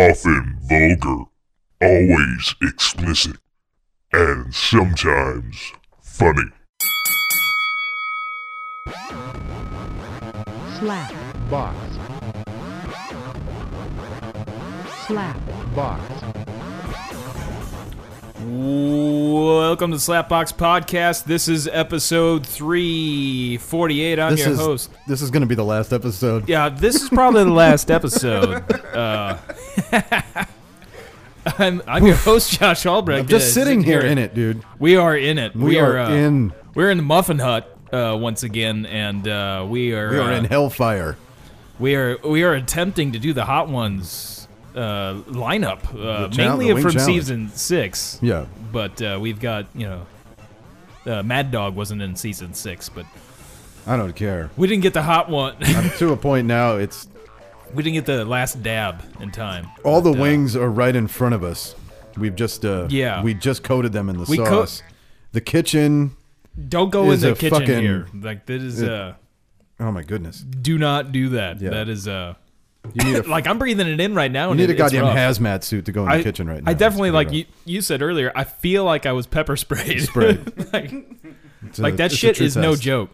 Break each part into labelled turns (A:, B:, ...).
A: often vulgar, always explicit, and sometimes funny.
B: slap
C: box,
B: slap
C: box.
D: Welcome to Slapbox Podcast. This is episode 348. I'm
C: This
D: your
C: is
D: host.
C: this is going to be the last episode.
D: Yeah, this is probably the last episode. Uh, I'm, I'm your host, Josh Albrecht.
C: I'm just
D: Yeah,
C: sitting here in it, dude.
D: We are in it. We,
C: We are
D: uh,
C: in-
D: We're in the Muffin Hut uh, once again, and uh, we are
C: We are
D: uh,
C: in hellfire.
D: we are we are attempting to do the hot ones uh, lineup, uh,
C: The chal-
D: mainly
C: the
D: from
C: wing challenge.
D: season six.
C: Yeah.
D: but uh, we've got you know uh, mad dog wasn't in season six but
C: I don't care.
D: we didn't get the hot one
C: I'm to a point now. It's
D: we didn't get the last dab in time
C: all the
D: But, uh,
C: wings are right in front of us. We've just uh
D: Yeah.
C: we just coated them in the
D: We co-
C: sauce. the kitchen.
D: don't go in
C: is
D: the
C: a
D: kitchen
C: fucking-
D: here like that is uh
C: Oh my goodness.
D: do not do that
C: Yeah.
D: that is uh
C: You need a
D: like i'm breathing it in right now
C: you
D: and
C: need
D: it-
C: a goddamn
D: it's rough.
C: hazmat suit to go in the
D: I-
C: kitchen right now.
D: I
C: It's
D: definitely
C: pretty
D: like
C: rough.
D: you, you said earlier. I feel like I was pepper sprayed.
C: Sprayed.
D: like,
C: It's a-
D: like that
C: it's a
D: shit
C: true
D: is no
C: test.
D: joke.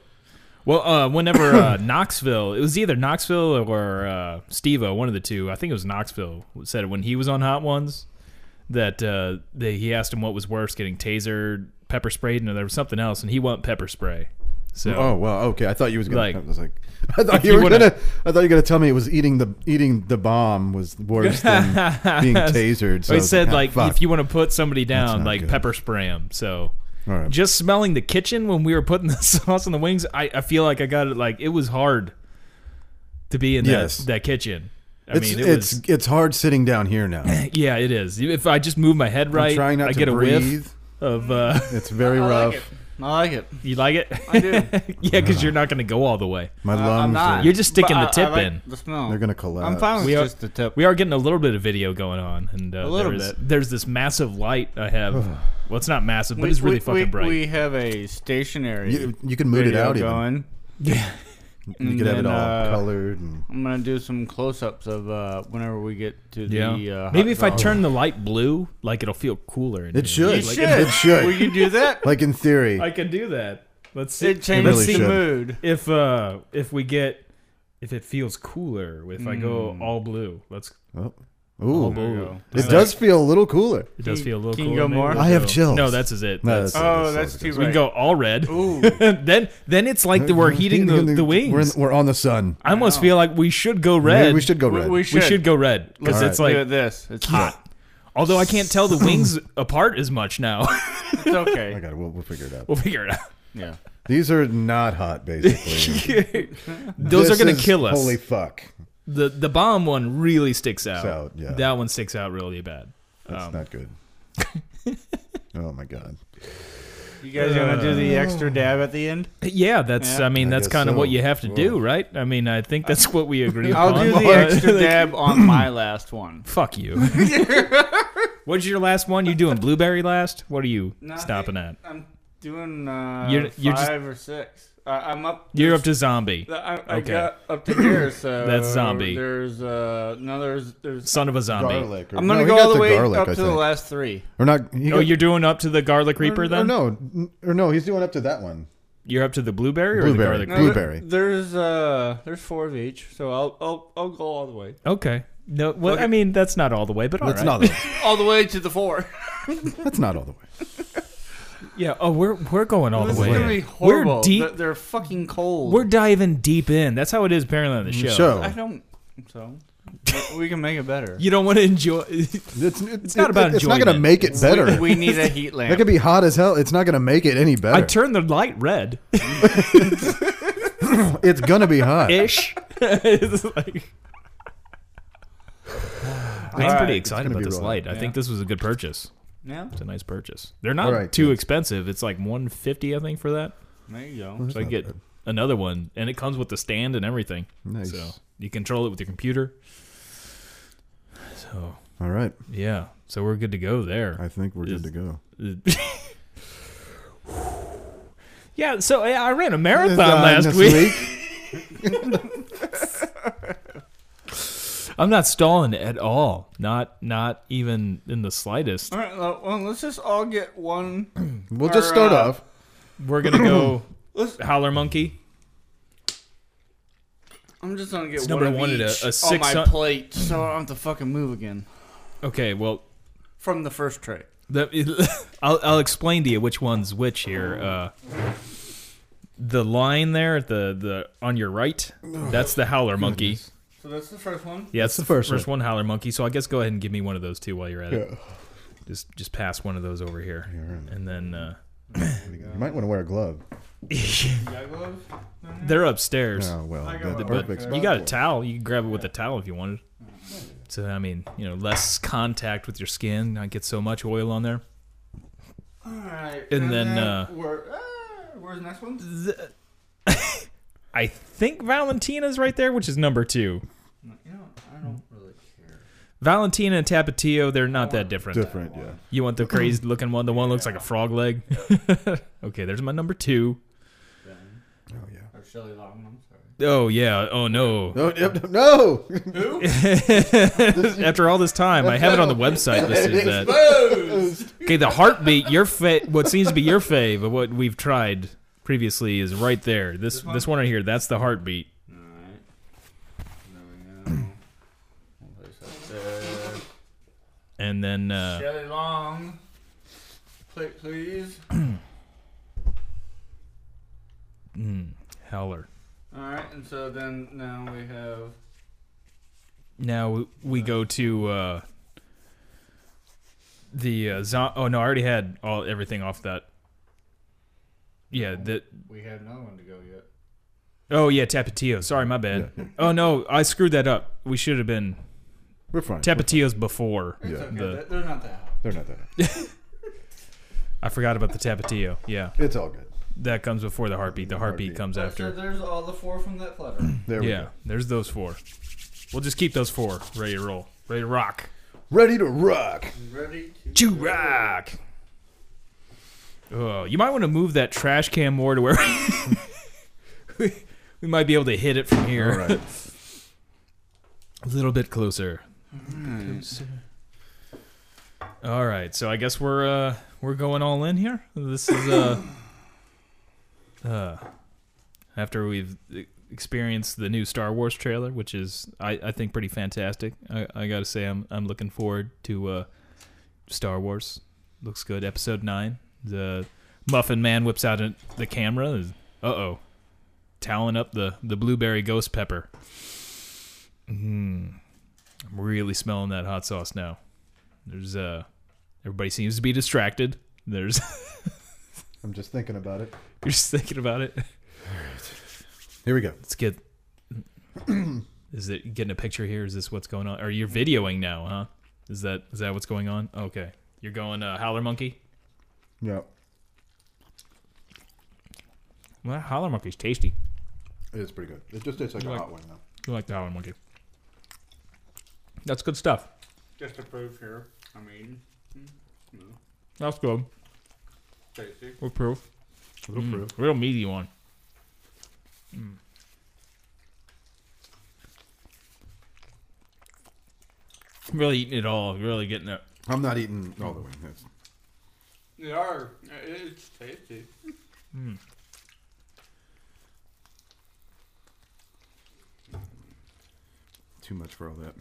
D: Well, uh, whenever uh, Knoxville, it was either Knoxville or uh, Steve-O, one of the two. I think it was Knoxville said when he was on Hot Ones that uh, they, he asked him what was worse, getting tasered, pepper sprayed, and there was something else, and he went pepper spray. So
C: Oh wow, okay. I thought you was gonna.
D: Like-
C: I was like, I thought you,
D: you
C: were
D: would've-
C: gonna. I thought you were gonna tell me it was eating the eating the bomb was worse than being tasered. So I
D: he
C: was
D: said
C: "Ah,
D: like
C: fuck."
D: if you want to put somebody down,
C: not
D: like
C: good.
D: pepper spray him. So.
C: All right.
D: Just smelling the kitchen when we were putting the sauce on the wings, I, I feel like I got it. Like it was hard to be in that,
C: Yes.
D: that kitchen. I
C: it's
D: mean, it
C: it's
D: was
C: it's hard sitting down here now. I'm
D: Yeah, it is. If I just move my head right,
C: trying not
D: I
C: to
D: get a
C: breathe.
D: whiff of. Uh,
C: It's very
E: I
C: rough.
E: like it. I like it.
D: you like it?
E: I do.
D: yeah,
C: Uh-huh.
D: because you're not going to go all the way.
C: My
E: I-
C: lungs.
E: Uh, I'm not.
C: Are,
D: You're just sticking
E: But
D: the
E: I-
D: tip
E: I like
D: in.
E: The smell.
C: they're gonna collapse.
E: I'm fine with
D: We are-
E: just the tip.
D: We are getting a little bit of video going on, and uh,
E: A little
D: there's,
E: bit.
D: there's this massive light I have. well, it's not massive, but
E: We-
D: it's really
E: we,
D: fucking
E: we,
D: bright.
E: We have a stationary.
C: You, you can mood it
E: radio
C: out even.
E: Going.
D: yeah,
C: You could have it
E: And
C: all
E: then, uh,
C: colored. And,
E: I'm gonna do some close-ups of uh, whenever we get to
D: yeah.
E: the. Uh,
D: Maybe
E: hot
D: if I
E: dog.
D: turn the light blue, like it'll feel cooler. in
C: Oh. it
D: here.
C: should.
E: You should.
C: It should.
E: We can do that.
C: like in theory.
D: I could do that. Let's see.
E: it changes
C: really
E: the
C: should.
E: mood.
D: if uh if we get if it feels cooler if I
E: Hmm.
D: go all blue. Let's.
C: Ooh.
E: Oh, There you go.
C: It does feel a little cooler.
D: It does
E: Can-
D: feel a little
E: can you
D: cooler.
E: go
D: maybe
E: more?
D: we'll
C: I have
D: go-
C: chills.
D: No, that's is it.
C: No,
D: That's-
C: that's-
E: Oh, that's too
D: we
E: right.
D: can go all red.
E: Ooh.
D: then then it's like that we're heating the, the wings.
C: We're, in- we're on the sun.
D: I almost feel like we should go
C: Maybe
D: red.
C: we should go
E: We-
C: red.
E: we
D: We should go red because
C: Alright.
D: it's
E: do
D: like
E: this. It's hot.
D: hot. Although I can't tell the wings apart as much now.
E: It's okay.
C: Okay, we'll, we'll figure it out.
D: we'll figure it out.
E: yeah.
C: These are not hot, basically.
D: Those
C: This
D: are gonna
C: is-
D: kill us.
C: Holy fuck!
D: the the bomb one really sticks out.
C: out, yeah.
D: That one sticks out really bad.
C: That's
E: Um.
C: not good. oh my god!
E: You guys gonna do
D: Oh.
E: the extra dab at the end?
D: Yeah, that's.
E: Yeah.
D: I mean,
C: I
D: that's
C: guess
D: kind of what
C: so.
D: you have to do, right? I mean, I think that's what we agree
E: I'll
D: upon.
E: do the
D: Like,
E: extra dab on my last one.
D: Fuck you. What's your last one? You doing blueberry last? What are you
E: No, I
D: stopping at?
E: think I'm doing uh,
D: You're- you're just-
E: 5 or six. I, I'm up.
D: You're up to zombie.
E: I, I
D: okay.
E: got up to here, so
D: That's zombie.
E: There's uh, no, there's there's.
D: Son of a zombie.
C: Garlic. Or,
E: I'm
C: no,
E: gonna
C: he
E: go
C: got
E: all the way
C: garlic,
E: up
C: I
E: to the
C: think.
E: last three.
C: Or not? He
D: Oh,
C: got-
D: you're doing up to the garlic
C: or-
D: reaper
C: or
D: then?
C: no, n- or no, he's doing up to that one.
D: You're up to the blueberry,
C: Blueberry.
D: or the garlic?
C: No. Blueberry.
E: there- there's uh, there's four of each, so I'll I'll, I'll go all the way,
D: Okay. No, well, I mean that's not all the way, but all
C: That's
D: right.
C: not. The,
E: all the way to the four.
C: that's not all the way.
D: Yeah. Oh, we're we're going all
E: this
D: the way.
E: is gonna
D: in.
E: be horrible.
D: We're deep.
E: They're, they're fucking cold.
D: We're diving deep in. That's how it is apparently on the show.
C: So
E: I don't. So we- we can make it better.
D: You don't want to enjoy.
C: it's, it's,
D: not about
C: It's not gonna
D: enjoyment.
C: make it better.
E: we need a heat
C: That
E: lamp.
C: could be hot as hell. It's not gonna make it any
D: I
C: better.
D: turn the light red.
C: it's gonna be hot.
D: ish. it's like. I'm
E: right,
D: pretty
E: it's
D: excited
C: gonna
D: about
C: be
D: this
C: rough.
D: light. I think this was a good purchase.
E: yeah,
D: It's a nice purchase. They're not
C: All right,
D: too
C: kids.
D: expensive. It's like 150, I think, for that.
E: there you go.
D: So I get another one, and it comes with the stand and everything.
C: Nice.
D: So you control it with your computer. So
C: All right,
D: yeah, so we're good to go there.
C: I think we're
D: Is-
C: good to go.
D: yeah. So I, I ran a
C: Uh,
D: marathon last
C: this
D: week. I'm not stalling at all. Not not even in the slightest.
E: All right, well, well, let's just all get one.
C: We'll just
E: Or,
C: start
E: uh,
C: off.
D: We're gonna go
E: Let's,
D: howler monkey.
E: I'm just gonna get
D: It's
E: one
D: number
E: of
D: one at a-
E: each
D: a
E: on
D: six
E: my
D: hun-
E: plate, so I don't have to fucking move again
D: Okay, well,
E: from the first tray.
D: that, I'll I'll explain to you which one's which here. Uh, the line there, at the the on your right, that's the howler monkey.
E: So that's the first one.
D: Yeah, that's
C: the first
D: first one. howler monkey. So I guess go ahead and give me one of those two while you're at it. Just just pass one of those over here, and then uh,
C: You might want to wear a glove.
D: they're upstairs.
C: Oh well,
E: I
C: that's
E: got one.
D: But
C: perfect.
D: you
C: spot
D: got a
C: for it.
D: towel. You can grab it with a towel if you wanted. So I mean, you know, less contact with your skin. Not get so much oil on there.
E: All right.
D: And then, uh,
E: we're, ah, where's the next one?
D: I think Valentina's right there, which is number two.
E: You know, I don't really care.
D: Valentina and Tapatio, they're not that different.
C: Different, yeah.
D: You want the crazy looking one? The one looks like a frog leg. okay, there's my number two.
C: Oh yeah.
E: Or Shelly Long. I'm sorry.
D: Oh yeah. Oh no.
C: No, yep, no.
D: After all this time, I have it on the website. This is that. Okay, the heartbeat. Your fa- what seems to be your fave of what we've tried previously is right there. This this one right here. That's the heartbeat.
E: Alright. There we go. We'll place that
D: And then
E: there.
D: uh,
E: Shelley Long. Plate, please.
D: Howler.
E: Alright, and so then now we have.
D: Now we go to uh, the uh, zo- oh no, I already had all everything off that. Yeah, that
E: We have another one to go yet.
D: oh yeah, Tapatio. Sorry, my bad. Oh no, I screwed that up. We should have been
C: We're fine.
D: Tapatio's before.
E: It's
C: Yeah,
E: okay.
D: the-
E: they're- They're not that hot.
C: They're not that.
D: I forgot about the Tapatio. Yeah,
C: It's all good.
D: that comes before the heartbeat. The heartbeat
C: Heartbeat.
D: comes
E: So
D: after.
E: there's all the four from that platter.
C: There we
D: Yeah,
C: go.
D: there's those four. We'll just keep those four ready to roll, ready to rock.
C: Ready to rock.
E: Ready to.
D: Chew rock. Oh, you might want to move that trash can more to where we, we might be able to hit it from here.
C: All right.
D: A little bit closer. All right, so I guess we're uh, we're going all in here. This is uh, uh, after we've e- experienced the new Star Wars trailer, which is I, I think pretty fantastic. I, I gotta say I'm I'm looking forward to uh, Star Wars. Looks good. Episode nine. The Muffin Man whips out an- the camera. Uh oh, toweling up the the blueberry ghost pepper. I'm really smelling that hot sauce now. There's uh everybody seems to be distracted. There's
C: I'm just thinking about it.
D: you're just thinking about it.
C: Here we go.
D: Let's get Is it getting a picture here? Is this what's going on? Or you're videoing now, huh? Is that is that what's going on? Okay. You're going uh, howler monkey?
C: Yeah.
D: Well, howler monkey's tasty.
C: It is pretty good. It just tastes like
D: You
C: a
D: like-
C: hot one now.
D: You like the howler monkey. That's good stuff.
E: Just to prove here. I mean, no.
D: That's good.
E: Tasty.
D: We're proof.
C: Little
D: Mm,
C: proof.
D: Real meaty one. Mm. Really eating it all. Really getting it.
C: I'm not eating all the way. That's,
E: They are. It's tasty.
C: too much for all that.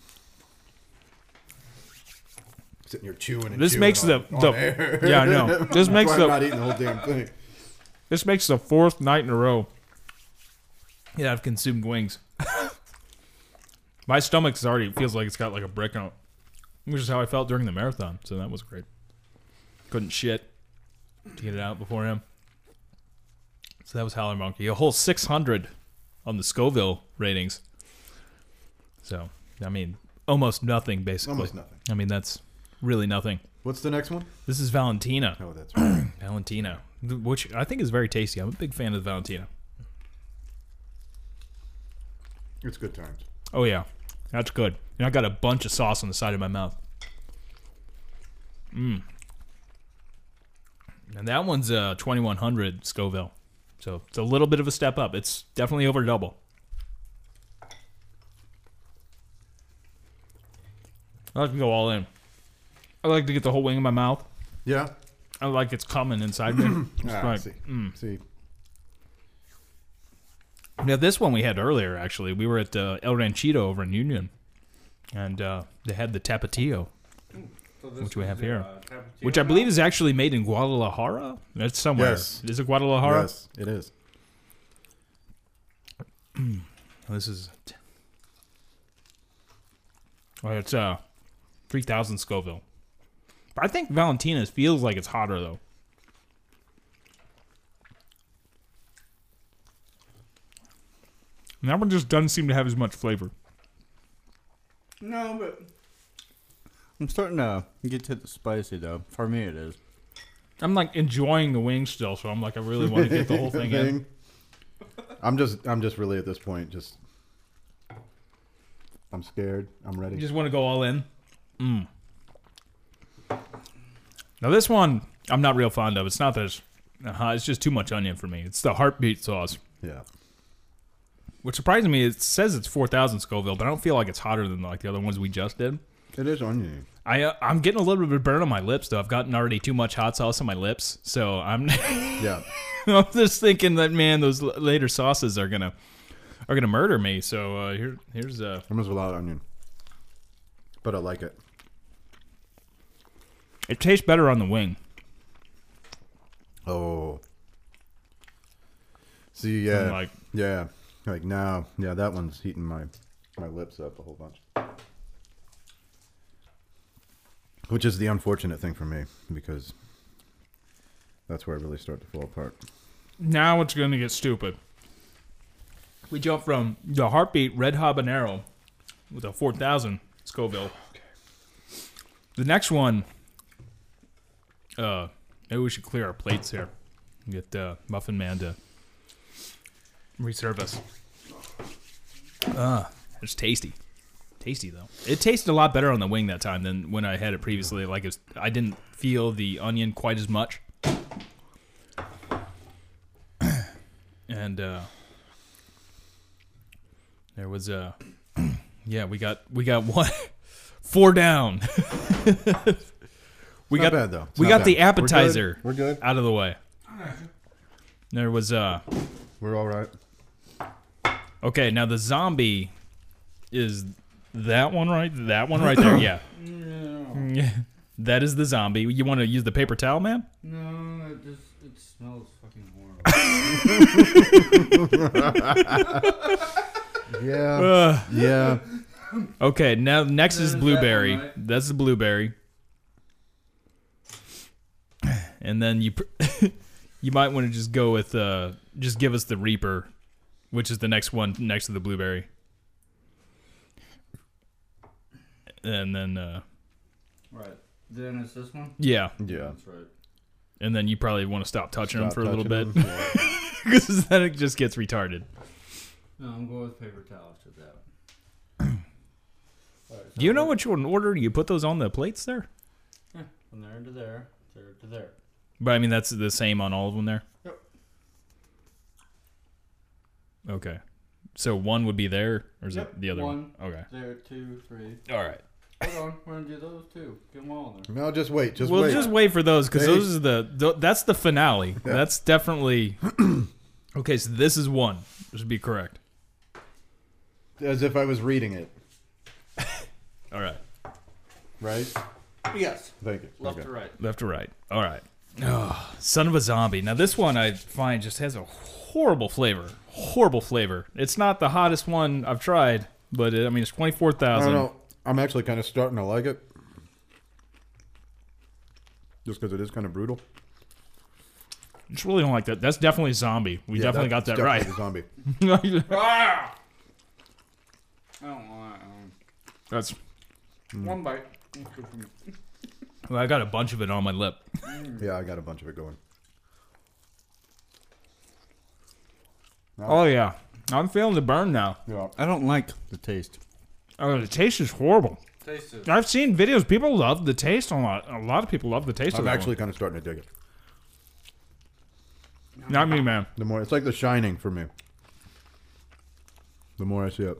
C: Sitting here chewing and
D: This
C: chewing
D: makes
C: on-
D: the,
C: on
D: the
C: air.
D: yeah I know. This makes
C: That's why I'm
D: the
C: not eating the whole damn thing.
D: this makes the fourth night in a row. Yeah, I've consumed wings. My stomach's already feels like it's got like a brick on it, which is how I felt during the marathon. So that was great. Couldn't shit to get it out before him. So that was Howler Monkey. A whole 600 on the Scoville ratings. So, I mean, almost nothing, basically.
C: Almost nothing.
D: I mean, that's really nothing.
C: What's the next one?
D: This is Valentina.
C: Oh, that's right.
D: Valentina, th- which I think is very tasty. I'm a big fan of Valentina.
C: it's good times.
D: Oh yeah, that's good. And I got a bunch of sauce on the side of my mouth. Mmm. And that one's uh 2100 Scoville, so it's a little bit of a step up. It's definitely over double. I like to go all in. I like to get the whole wing in my mouth.
C: Yeah.
D: I like it's coming inside me. It's
C: Ah,
D: like- mm.
C: see, see.
D: Now this one we had earlier. Actually, we were at uh, El Ranchito over in Union, and uh, they had the tapatio,
E: So this
D: Which we
E: is
D: have
E: the,
D: here.
E: uh, Tapatio
D: which I believe
E: now?
D: is actually made in Guadalajara. That's somewhere.
C: Yes.
D: Is it Guadalajara?
C: Yes, it is.
D: This is. Well, it's uh, three thousand Scoville. But I think Valentina's feels like it's hotter though. And that one just doesn't seem to have as much flavor.
E: No, but I'm starting to get to the spicy though. For me, it is.
D: I'm like enjoying the wing still, so I'm like I really want to get the whole thing in.
C: I'm just I'm just really at this point just I'm scared. I'm ready.
D: You just want to go all in. Mm. Now this one, I'm not real fond of. It's not that it's, uh, it's just too much onion for me. It's the heartbeat sauce,
C: yeah.
D: which surprised me. It says it's 4,000 Scoville, but I don't feel like it's hotter than like the other ones we just did.
C: It is oniony.
D: I uh, I'm getting a little bit of a burn on my lips though. I've gotten already too much hot sauce on my lips, so I'm
C: Yeah.
D: I'm just thinking that man, those l- later sauces are gonna are gonna murder me. So uh, here here's uh
C: I'm just without onion. But I like it.
D: It tastes better on the wing.
C: Oh. See, yeah.
D: I'm like-
C: yeah. Like now. Yeah, that one's heating my my lips up a whole bunch. Which is the unfortunate thing for me because that's where I really start to fall apart.
D: Now it's gonna get stupid. We jump from the heartbeat red habanero with a four thousand Scoville. The next one, uh, maybe we should clear our plates here. and Get uh, Muffin Man to reserve us. Ah, it's tasty, tasty though. It tasted a lot better on the wing that time than when I had it previously. Like it was, I didn't feel the onion quite as much. and uh, there was uh, yeah we got we got one four down we
C: Not
D: got
C: bad, though. It's
D: we
C: not
D: got the
C: bad. We're good.
D: appetizer
C: We're good.
D: out of the way there was uh
C: We're all right.
D: okay now the zombie is that one right that one right there yeah yeah that is the zombie you want to use the paper towel man
E: No, it just it smells fucking horrible.
C: Yeah.
D: Ugh.
C: Yeah.
D: Okay, now next is
E: There's that
D: blueberry.
E: one, right?
D: That's the blueberry. And then you pr- you might want to just go with uh just give us the reaper, which is the next one next to the blueberry. And then uh
E: right. Then it's this one.
D: yeah,
C: Yeah.
E: That's right.
D: and then you probably want to stop touching them
C: Stop
D: for a little
C: touching
D: bit
C: them. Yeah.
D: because then it just gets retarded.
E: No, I'm going with paper towels to that. Alright, so
D: Do you know what you would order? You put those on the plates there?
E: Yeah, from there to there, there to there.
D: But I mean, that's the same on all of them there.
E: Yep.
D: Okay, so one would be there, or is
E: Yep,
D: it the other one?
E: one.
D: Okay.
E: There, two, three.
D: All right.
E: Hold on, we're gonna do those two. Get them all in there.
C: No, just wait. Just
D: we'll
C: wait.
D: just wait for those because
C: They-
D: those are the th- that's the finale. That's definitely. okay, so this is one. This would be correct.
C: As if I was reading it,
D: All right.
C: right?
E: Yes.
C: Thank you.
E: Left
C: Okay.
E: to right.
D: Left to right. All right. Oh, son of a zombie. Now this one I find just has a horrible flavor. Horrible flavor. It's not the hottest one I've tried, but it, I mean it's twenty four
C: I don't
D: thousand.
C: know. I'm actually kind of starting to like it. Just because it is kind of brutal.
D: Just really don't like that. That's definitely zombie. We
C: Yeah,
D: definitely got
C: that's
D: that
C: definitely
D: right.
C: the zombie.
E: I don't want that one.
D: That's.
C: Hmm.
E: One bite. That's good for me.
D: Well, I got a bunch of it on my lip.
C: Yeah, I got a bunch of it going.
D: Oh yeah, I'm feeling the burn now.
C: Yeah.
E: I don't like the taste.
D: Oh, the taste is horrible.
E: Taste it.
D: I've seen videos. People love the taste a lot. A lot of people love the taste of
C: I'm
D: that
C: actually kind of starting to dig it.
D: one. Not me, man.
C: The more, it's like The Shining for me. The more I see it.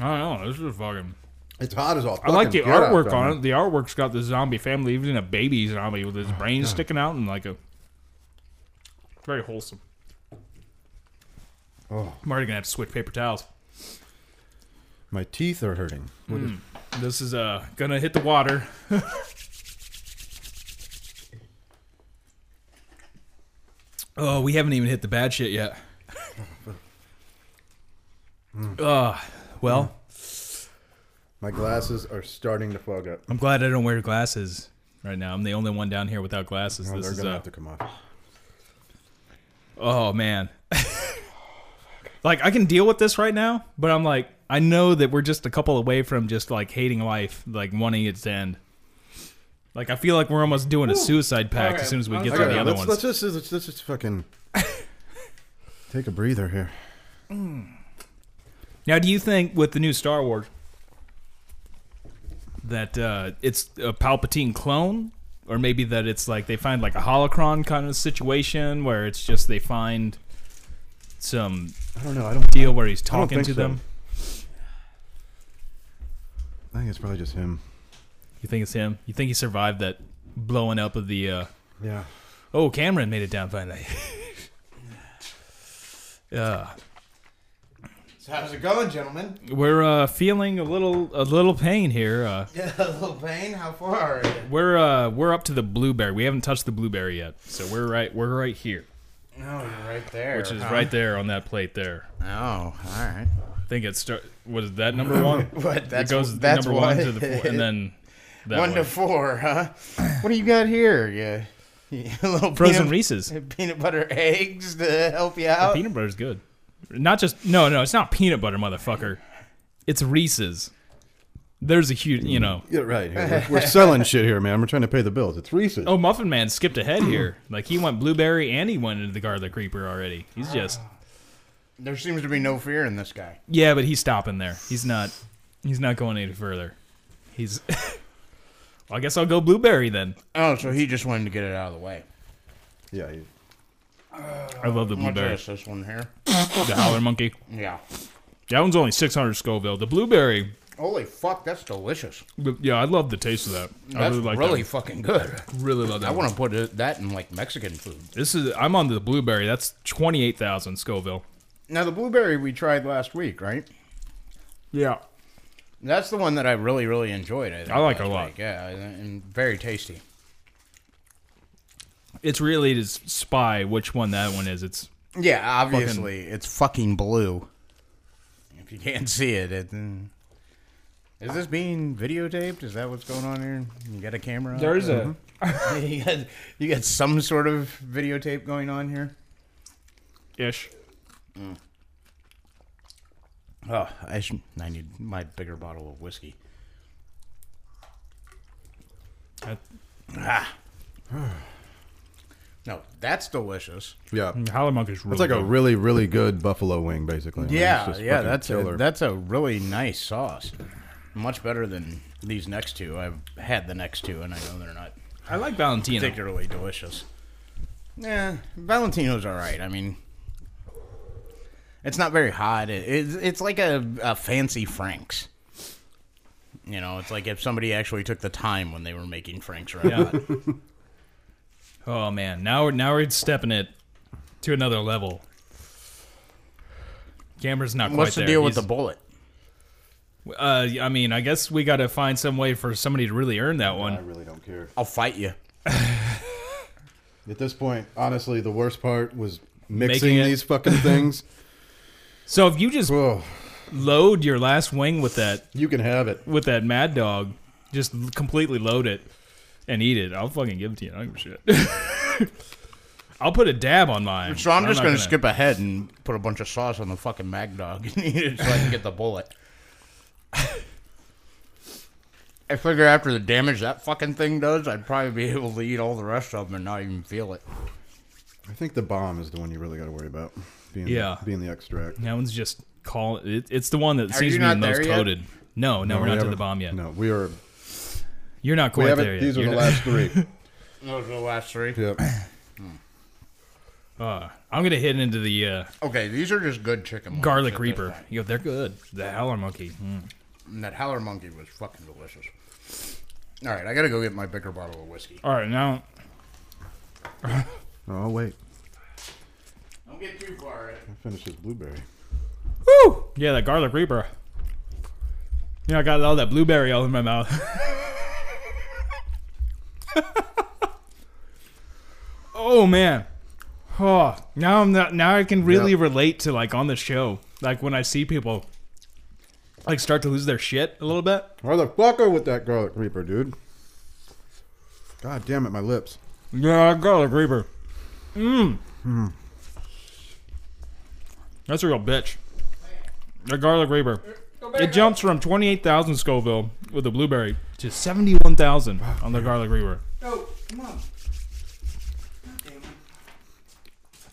D: I don't know. This is fucking.
C: It's hot as all.
D: I like the
C: fucking get out
D: artwork
C: there,
D: on
C: man. Oh
D: it. The artwork's got the zombie family, even a baby zombie with his brain sticking out, and like a it's very wholesome.
C: Oh.
D: I'm already gonna have to switch paper towels.
C: My teeth are hurting. What is-
D: This is uh gonna hit the water. oh, we haven't even hit the bad shit yet. uh, well,
C: Hmm. My glasses are starting to fog up.
D: I'm glad I don't wear glasses right now. I'm the only one down here without glasses.
C: Oh,
D: this
C: they're
D: is
C: gonna
D: uh,
C: have to come off.
D: Oh man. like I can deal with this right now, but I'm like I know that we're just a couple away from just like hating life, like wanting it to end. Like I feel like we're almost doing a suicide pact
E: Alright,
D: as soon as we
E: I
D: get
C: I
D: to
C: got
D: the
C: it.
D: other
C: Let's,
D: ones.
C: let's just let's, let's just fucking take a breather here.
D: Now, do you think with the new Star Wars that uh, it's a Palpatine clone, or maybe that it's like they find like a holocron kind of situation where it's just they find some
C: I don't know. I don't.
D: deal where he's
C: I don't
D: talking
C: think
D: to
C: so.
D: them?
C: I think it's probably just him.
D: You think it's him? You think he survived that blowing up of the? Uh,
C: Yeah.
D: oh, Cameron made it down finally. uh,
F: So how's it going, gentlemen?
D: we're uh, feeling a little a little pain here. Uh,
F: Yeah, a little pain. How far are you?
D: we're uh, we're up to the blueberry. We haven't touched the blueberry yet, so we're right we're right here,
F: No, you're right there.
D: which is right there on that plate there.
E: Oh, all right.
D: I think it start was that number one.
F: What? That's
D: it goes
F: that's
D: number
F: what?
D: one to the four, and then that
F: one
D: one.
F: to four, huh? what do you got here? Yeah, a little
D: Frozen
F: peanut,
D: Reese's.
F: peanut butter eggs to help you out.
D: Peanut butter's good. Not just no, no, it's not peanut butter, motherfucker. It's Reese's. There's a huge, you know.
C: Yeah. Right. We're, we're selling shit here, man. We're trying to pay the bills. It's Reese's.
D: Oh, Muffin Man skipped ahead here. Like he went blueberry and he went into the garlic creeper already. He's just
F: There seems to be no fear in this guy.
D: yeah, but he's stopping there. He's not. He's not going any further. He's. well, I guess I'll go blueberry then.
F: Oh, so he just wanted to get it out of the way.
C: Yeah. he-
D: I love the
F: What's
D: blueberry.
F: this? This one here?
D: The howler monkey.
F: Yeah.
D: That one's only 600 Scoville. The blueberry.
F: Holy fuck, that's delicious.
D: but Yeah, I love the taste of that. I
F: That's
D: really
F: really,
D: like that.
F: fucking good.
D: one. Really love that.
F: I
D: one.
F: want to put it, that in like Mexican food.
D: This is I'm on the blueberry. That's twenty eight thousand Scoville.
F: Now the blueberry we tried last week, right?
D: Yeah.
F: That's the one that I really, really enjoyed. I, think,
D: I like it a
F: last
D: lot.
F: week. Yeah, and very tasty.
D: It's really to s- spy which one that one is. It's
F: Yeah, obviously it's fucking blue. If you can't see it, it mm. is this being videotaped? Is that what's going on here? You got a camera? out there? you got you got some sort of videotape going on here.
D: ish.
F: Oh, I should, I need my bigger bottle of whiskey.
D: That-
F: Ah. no, that's delicious.
C: Yeah.
D: Howler monk is really
C: It's like a
D: good.
C: really, really good buffalo wing, basically. I mean, it's
F: Yeah,
C: just
F: yeah,
C: fucking
F: that's
C: killer.
F: a, that's a really nice sauce. Much better than these next two. I've had the next two, and I know they're not
D: I like Valentino.
F: particularly delicious. Yeah, Valentino's all right. I mean, it's not very hot. It, it's it's like a, a fancy Frank's. You know, it's like if somebody actually took the time when they were making Frank's right
D: Yeah. oh man, now we're now we're stepping it to another level. Camera's not quite
F: What's the
D: there.
F: deal with the
D: He's-
F: bullet?
D: Uh, I mean, I guess we got to find some way for somebody to really earn that
C: I
D: one.
C: really don't care.
F: I'll fight you.
C: At this point, honestly, the worst part was mixing
D: Making it.
C: these fucking things.
D: So if you just
C: Whoa,
D: load your last wing with that
C: you can have it.
D: with that Mad Dog, just l- completely load it and eat it. I'll fucking give it to you. I don't give a shit. I'll put a dab on mine.
F: So I'm, just
D: not
F: going to skip ahead and put a bunch of sauce on the fucking mag dog and eat it so I can get the bullet. I figure after the damage that fucking thing does, I'd probably be able to eat all the rest of them and not even feel it.
C: I think the bomb is the one you really got to worry about. Being
D: Yeah.
C: the, being the extract.
D: That one's just call. It, it's the one that seems
F: you
D: to be the
F: not
D: most
F: there yet?
D: coated. No, no, we're
C: we
D: not to the
C: haven't-
D: bomb yet.
C: No, we are.
D: You're not
C: We
D: quite
C: haven't.
D: there yet.
C: these are
D: You're
C: the
D: not-
C: last three.
F: Those are the last three.
C: Yep.
D: Uh, I'm gonna hit into the uh,
F: Okay, these are just good chicken. ones
D: garlic
F: at this
D: reaper.
F: point.
D: Yo, they're good. The howler monkey. Mm.
F: And that howler monkey was fucking delicious. All right, I gotta go get my bigger bottle of whiskey.
D: All right, now
C: Oh, I'll wait.
F: Don't get too far. eh?
C: I finish this blueberry.
D: Woo! Yeah, that garlic reaper. You know, I got all that blueberry all in my mouth. oh man. Oh, now I'm not, now I can really
C: Yeah.
D: relate to like on the show, like when I see people like start to lose their shit a little bit.
C: Motherfucker with that garlic reaper, dude. God damn it, my lips.
D: Yeah, garlic reaper. Mmm. Mm. That's a real bitch. The garlic reaper. It jumps from 28,000 Scoville with the blueberry to 71,000 on the garlic reaper.
F: No, come on.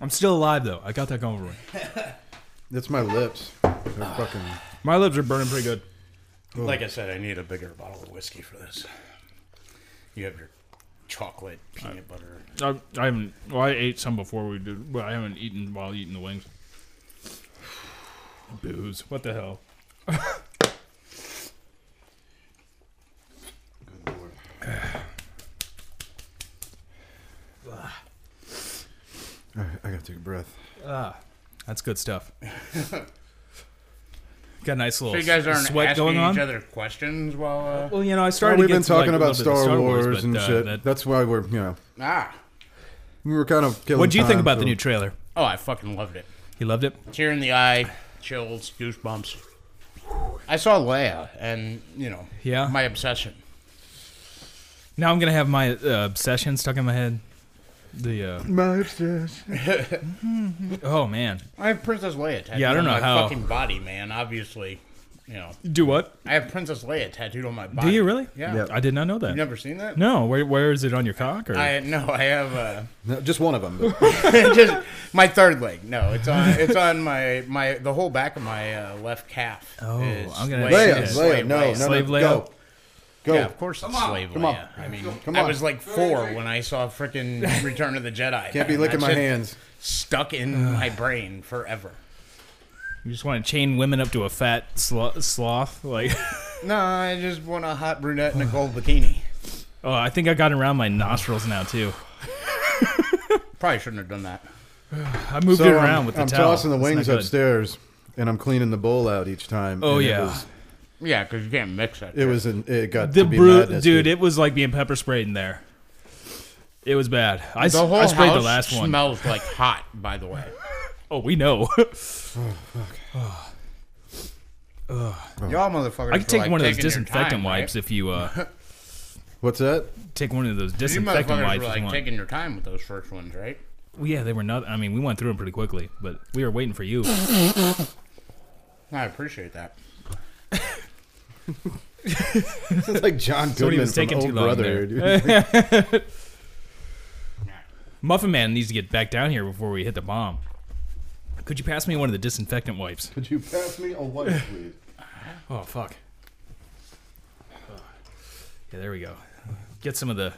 D: I'm still alive though. I got that going for me.
C: It's my lips. They're
D: Ah.
C: fucking.
D: My lips are burning pretty good.
F: Like I said, I need a bigger bottle of whiskey for this. You have your chocolate peanut
D: Uh,
F: butter.
D: I, I haven't. Well, I ate some before we did, but I haven't eaten while eating the wings. Booze. What the hell?
C: All right, I gotta take a breath.
D: That's good stuff. Got a nice little
F: So you guys aren't
D: sweat
F: asking
D: going on.
F: each other questions while. Uh...
D: Well, you know, I
C: Well,
D: started.
C: we've
D: to get
C: been
D: to, like,
C: talking
D: a
C: about
D: little bit of
C: Star, Wars,
D: but,
C: and
D: uh,
C: shit.
D: that-
C: That's why we're, you know,
F: Ah,
C: we were kind of killing
D: What do you think
C: time,
D: about the
C: so-
D: new trailer?
F: oh, I fucking loved it.
D: You loved it.
F: Tear in the eye, chills, goosebumps. I saw Leia, and you know,
D: Yeah.
F: my obsession.
D: Now I'm gonna have my uh, obsession stuck in my head. The uh,
C: My obsession.
D: oh man,
F: I have Princess Leia tattooed
D: Yeah, I don't
F: on
D: know
F: my
D: how.
F: fucking body, man. Obviously, you know,
D: do what?
F: I have Princess Leia tattooed on my body.
D: Do you really?
F: Yeah.
C: Yep.
D: I did not know that.
F: You never seen that?
D: No, where where is it on your cock? Or
F: I no, I have uh,
C: No, just one of them. But
F: just my third leg. No, it's on it's on my my the whole back of my uh, left calf.
D: Oh,
F: is
D: I'm gonna-
F: Leia,
C: Leia,
F: is
C: Leia, no, no,
D: Slave
C: no,
D: Leia?
C: go, go.
F: Yeah, of course it's slave
C: Come on.
F: Leia. I mean,
C: Come
F: I
C: on.
F: was like four when I saw frickin' Return of the Jedi.
C: Can't be
F: man.
C: licking
F: That
C: my
F: shit
C: hands.
F: Stuck in my brain forever.
D: you just want to chain women up to a fat slo- sloth? Like,
F: No, I just want a hot brunette in a gold bikini.
D: oh, I think I got it around my nostrils now too.
F: Probably shouldn't have done that.
D: I moved
C: So
D: it
C: I'm-
D: around with the
C: I'm
D: towel.
C: tossing the
D: It's not
C: wings
D: good.
C: upstairs, and I'm cleaning the bowl out each time.
D: Oh,
C: and
D: yeah.
C: it was
F: Yeah, because you can't mix that.
C: it was an, it got
D: The
C: to be
D: bru-
C: madness,
D: dude, it was like being pepper sprayed in there. It was bad. I, s-
F: the whole
D: I sprayed
F: house
D: the last one.
F: smells like hot. By the way,
D: oh, we know.
F: y'all motherfuckers.
D: I could take
F: were, like,
D: one of those
F: taking your
D: disinfectant
F: time, right?
D: wipes if you uh,
C: What's that?
D: take one of those
F: You
D: disinfectant
F: motherfuckers
D: wipes.
F: were
D: if you
F: like
D: want.
F: taking your time with those first ones, right?
D: Well, yeah, they were not. I mean, we went through them pretty quickly, but we were waiting for you.
F: I appreciate that.
C: It's like John
D: Somebody
C: Goodman
D: was
C: from
D: taking
C: Old
D: too long
C: Brother.
D: there.
C: Dude.
D: Muffin Man needs to get back down here before we hit the bomb. Could you pass me one of the disinfectant wipes?
C: Could you pass me a wipe, please?
D: Oh fuck. Yeah, there we go. Get some of the.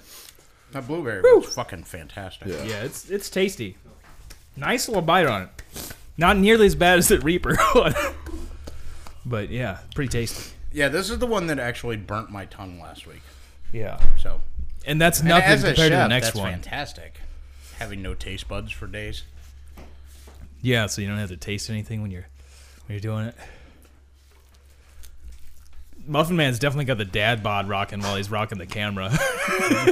F: That blueberry was fucking fantastic.
C: Yeah.
D: Yeah, it's it's tasty. Nice little bite on it. Not nearly as bad as the Reaper one. but yeah, pretty tasty.
F: Yeah, this is the one that actually burnt my tongue last week.
D: Yeah.
F: So
D: And that's
F: And
D: nothing
F: as a
D: compared to the
F: chef,
D: next
F: that's
D: one.
F: Fantastic. Having no taste buds for days.
D: Yeah, so you don't have to taste anything when you're when you're doing it. Muffin Man's definitely got the dad bod rocking while he's rocking the camera.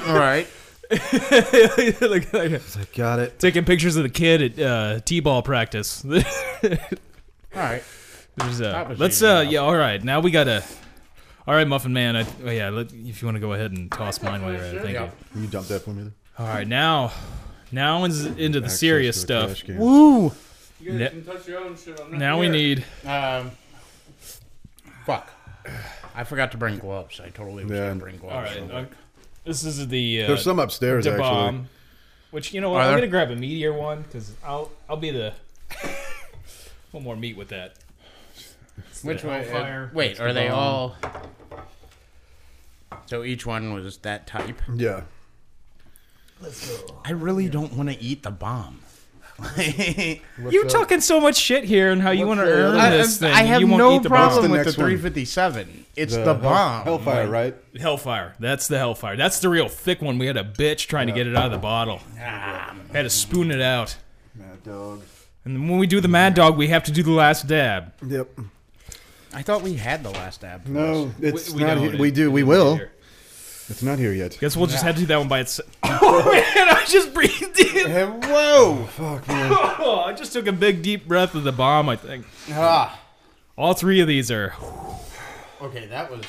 F: All right.
D: Like, like,
C: I got it.
D: taking pictures of the kid at uh, t-ball practice.
F: All right.
D: There's, uh,
F: was
D: let's
F: easy
D: uh
F: enough.
D: yeah, all right. Now we got to All right, Muffin Man. I, oh, yeah, let, if you want to go ahead and toss mine while you're at it. Thank
F: Yeah.
D: you.
C: Can you dump that for me?
D: All right, now now is into the
C: Access
D: serious
C: to a
D: stuff.
C: trash can.
G: You guys
D: Ne-
G: can touch your own shit. I'm not
D: Now we
G: here.
D: need
F: Um, fuck. I forgot to bring gloves. I totally was
C: Yeah.
F: going to bring gloves.
D: All right.
F: So-
D: uh, This is the uh,
C: There's some upstairs
D: the
C: actually.
D: bomb. Which you know what?
F: Are
D: I'm
F: there?
D: gonna grab a meteor one because I'll I'll be the one more meat with that.
F: Which
D: the
F: way? uh,
D: Hellfire.
F: wait, are they all? So each one was that type.
C: Yeah.
F: I really don't want to eat the bomb.
D: You're talking so much shit here and how you want to
H: the
D: earn
H: other-
D: this
F: I,
D: thing.
F: have
D: you won't
F: no
D: eat the
F: problem
D: bomb.
F: with the
C: next one?
F: 357. It's
C: Uh,
F: the,
H: Hell-
F: bomb.
H: Hellfire, right?
D: Hellfire. That's the Hellfire. That's the real thick one. We had a bitch trying to get it out of the bottle.
F: Ah,
D: Had to spoon it out.
C: Mad dog.
D: And when we do the Mad Dog, we have to do the last dab.
C: Yep.
F: I thought we had the last dab.
C: No, it's
D: we
C: not.
D: don't.
C: here. We do. We will. It's not here yet.
D: Guess we'll just have to do that one by itself. oh man, I just breathed in.
F: Whoa!
D: Oh, I just took a big deep breath of the bomb. I think
F: Ah.
D: all three of these are.
F: Okay, that was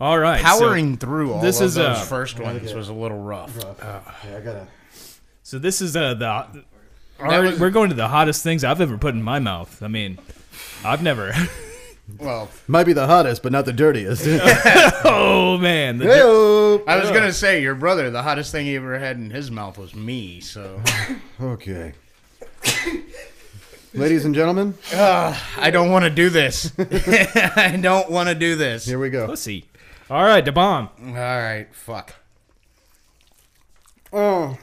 D: All right. so-
F: powering through all
D: this
F: of
D: is,
F: those
D: uh,
F: first ones was a little rough.
C: Okay, I gotta.
D: So, this is uh, the.
F: That was-
D: we're going to the hottest things I've ever put in my mouth. I mean, I've never.
F: Well,
C: Might be the hottest, but not the dirtiest.
D: oh man, the,
C: Heyo.
F: I was gonna say your brother. The hottest thing he ever had in his mouth was me. So
C: Okay. Ladies and gentlemen,
F: I don't want to do this. I don't want to do this.
C: here we go.
D: pussy. All right, the bomb.
F: All right, fuck.
C: Oh,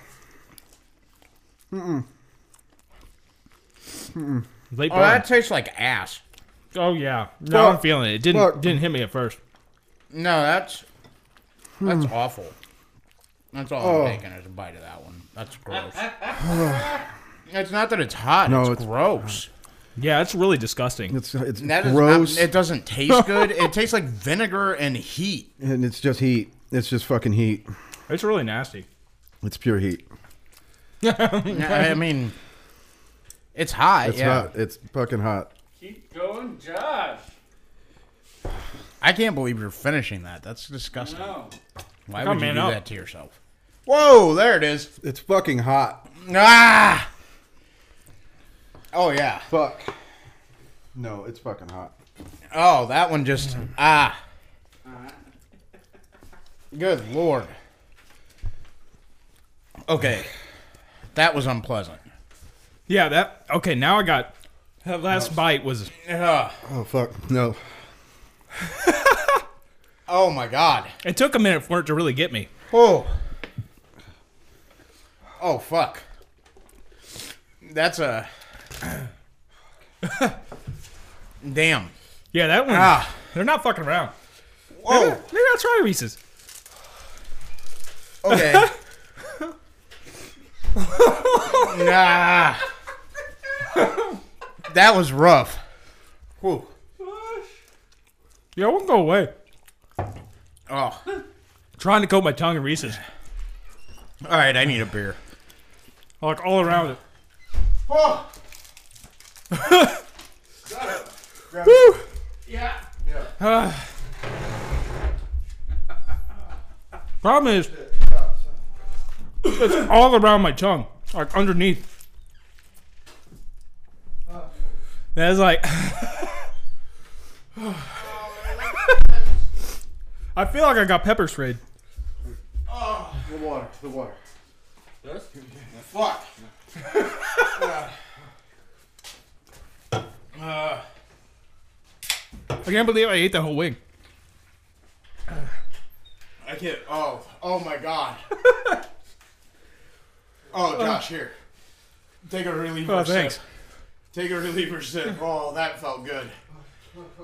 D: Late
F: Oh,
D: bomb.
F: that tastes like ass.
D: Oh yeah, now I'm
C: Fuck.
D: feeling it. It didn't
C: Fuck.
D: didn't hit me at first.
F: No, that's that's awful. That's all
C: Hmm. Oh.
F: I'm taking is a bite of that one. That's gross. it's not that it's hot.
C: No,
F: it's,
C: it's-
F: gross.
D: Yeah, it's really disgusting.
C: it's it's
F: That is
C: gross,
F: Not, it doesn't taste good. it tastes like vinegar and heat.
C: and it's just heat. It's just fucking heat.
D: It's really nasty.
C: It's pure heat.
F: I I mean, it's hot.
C: It's
F: yeah.
C: hot. It's fucking hot.
D: Keep going, Josh.
F: I can't believe you're finishing that. That's disgusting. Why
D: Come
F: would you
D: on
F: do
D: up.
F: that to yourself? Whoa, there it is.
C: It's fucking hot.
F: Ah. Oh yeah.
C: Fuck. No, it's fucking hot.
F: Oh, that one just ah. Good lord. Okay, that was unpleasant.
D: Yeah, that okay. Now I got that last bite was
F: Ugh.
C: Oh fuck. No.
F: Oh my god.
D: it took a minute for it to really get me.
F: Oh. Oh fuck. That's a. Damn.
D: Yeah, that one.
F: Ah.
D: They're not fucking around.
F: Whoa.
D: Maybe I'll try Reese's.
F: Okay. nah. That was rough. Whew.
D: Yeah, it won't go away.
F: Oh.
D: Trying to coat my tongue in Reese's,
F: All right, I need a beer.
D: like all around it.
F: Oh.
D: Problem is, it's all around my tongue, like underneath. That's like. I feel like I got pepper sprayed.
C: The water. The water.
F: Fuck.
D: I can't believe I ate the whole wing.
F: I can't. Oh. Oh my god. oh, Josh, here. Take a reliever.
D: Oh, thanks.
F: Sip. Take a reliever sip. Oh, that felt good.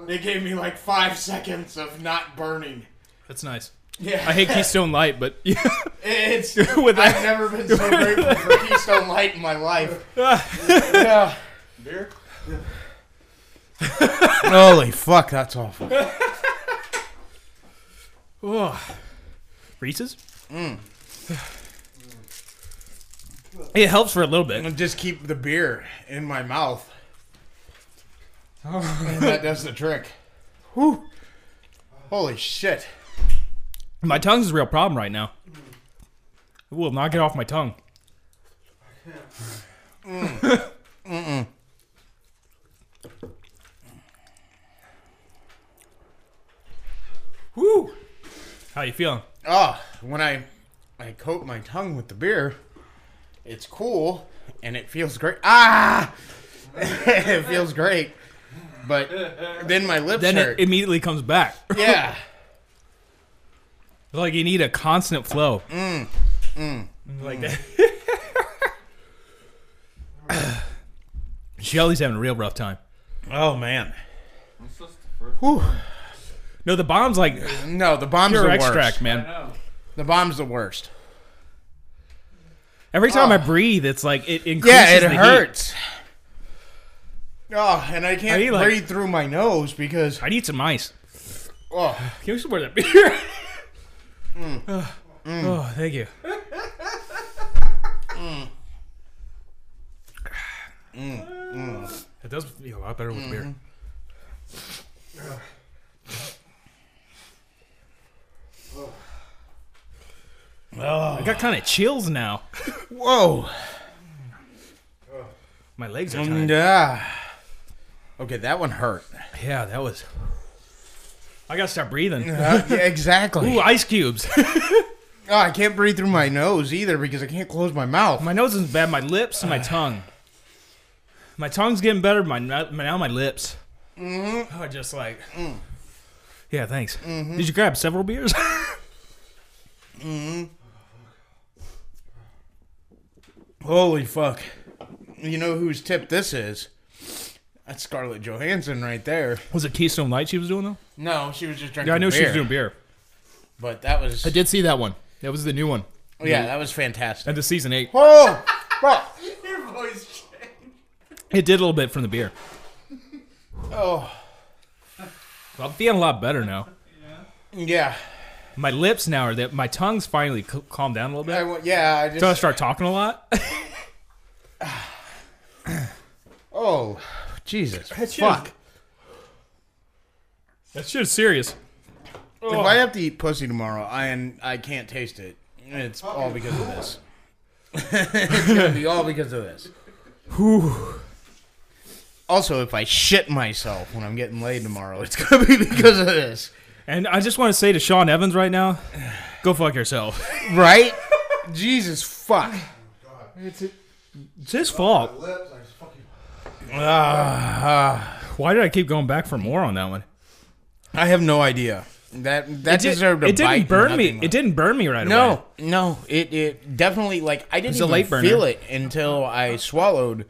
F: It gave me like five seconds of not burning.
D: That's nice.
F: Yeah.
D: I hate Keystone Light, but
F: It's
D: With
F: I've
D: that-
F: never been so grateful for Keystone Light in my life. yeah. Beer. Holy fuck, that's awful.
D: Reese's. It helps for a little bit.
F: Just keep the beer in my mouth. And that does the trick. Whew. Holy shit.
D: My tongue's a real problem right now. It will not get off my tongue. Woo! How you feeling?
F: Ah, when I I coat my tongue with the beer, it's cool and it feels great. Ah, it feels great. But then my lips
D: Then
F: hurt.
D: it immediately comes back.
F: yeah. Mm,
D: It's like you need a constant flow. like that. Shelly's having a real rough time.
F: Oh man.
D: No, the bomb's like
F: No, the bomb's
D: pure
F: the
D: extract,
F: worst.
D: man.
F: The bomb's the worst.
D: Every time I breathe, it's like it increases.
F: Oh. Yeah, it
D: the heat.
F: hurts. Oh, and I can't
D: Are you, like-
F: breathe through my nose because
D: I need some ice.
F: oh,
D: Can we support that beer? Ugh. Oh, thank you. It does feel a lot better with beer. I got kind of chills now.
F: whoa.
D: My legs are tired.
F: And, uh, okay, that one hurt.
D: Yeah, that was. I gotta start breathing.
F: Uh, yeah, exactly.
D: Ooh, ice cubes.
F: Oh, I can't breathe through my nose either because I can't close my mouth.
D: My nose is bad. My lips and my tongue. My tongue's getting better. My nu- my- now my lips. Mm-hmm. Oh, just like.
I: Mm.
D: Yeah, thanks.
I: Mm-hmm.
D: Did you grab several beers?
F: Holy fuck. You know whose tip this is? That's Scarlett Johansson right there.
D: was it Keystone Light she was doing though?
F: No, she was just drinking
D: Yeah, I know she was
F: beer,
D: doing beer.
F: But that was.
I: I did see that one. That was the new one.
F: Yeah, that was fantastic.
D: And the season eight,
F: Oh, fuck.
D: it did a little bit from the beer.
F: Oh,
D: I'm feeling a lot better now.
F: yeah.
D: My lips now are that my tongue's finally c- calmed down a little
F: I
D: bit.
F: wa- yeah, I just.
D: So I start talking a lot.
F: Oh, Jesus. Fuck.
D: that shit's serious.
F: If I have to eat pussy tomorrow, I and I can't taste it. It's all because of this. it's gonna be all because of this. Also, if I shit myself when I'm getting laid tomorrow, it's gonna be because of this,
D: And I just want to say to Sean Evans right now, go fuck yourself.
F: right? Jesus fuck.
D: It's his fault.
F: Ah,
D: Why did I keep going back for more on that one?
F: I have no idea. That that
D: It did-
F: deserved a
D: it didn't
F: bite and
D: burn me.
F: nothing
D: It didn't burn me right away.
F: No, no, it, it definitely like I didn't
D: a
F: even
D: late burner.
F: feel it until I swallowed.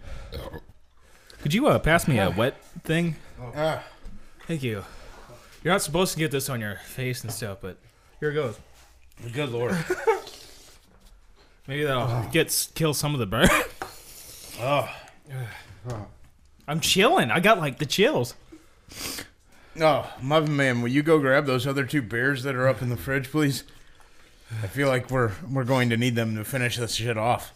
D: Could you uh, pass me a wet thing? Ah. Thank you. You're not supposed to get this on your face and stuff, but here it goes.
F: Good lord.
D: Maybe that'll get kill some of the burn.
F: Oh.
D: I'm chilling. I got like the chills.
F: Oh, Muffin Man, will you go grab those other two beers that are up in the fridge, please? I feel like we're we're going to need them to finish this shit off.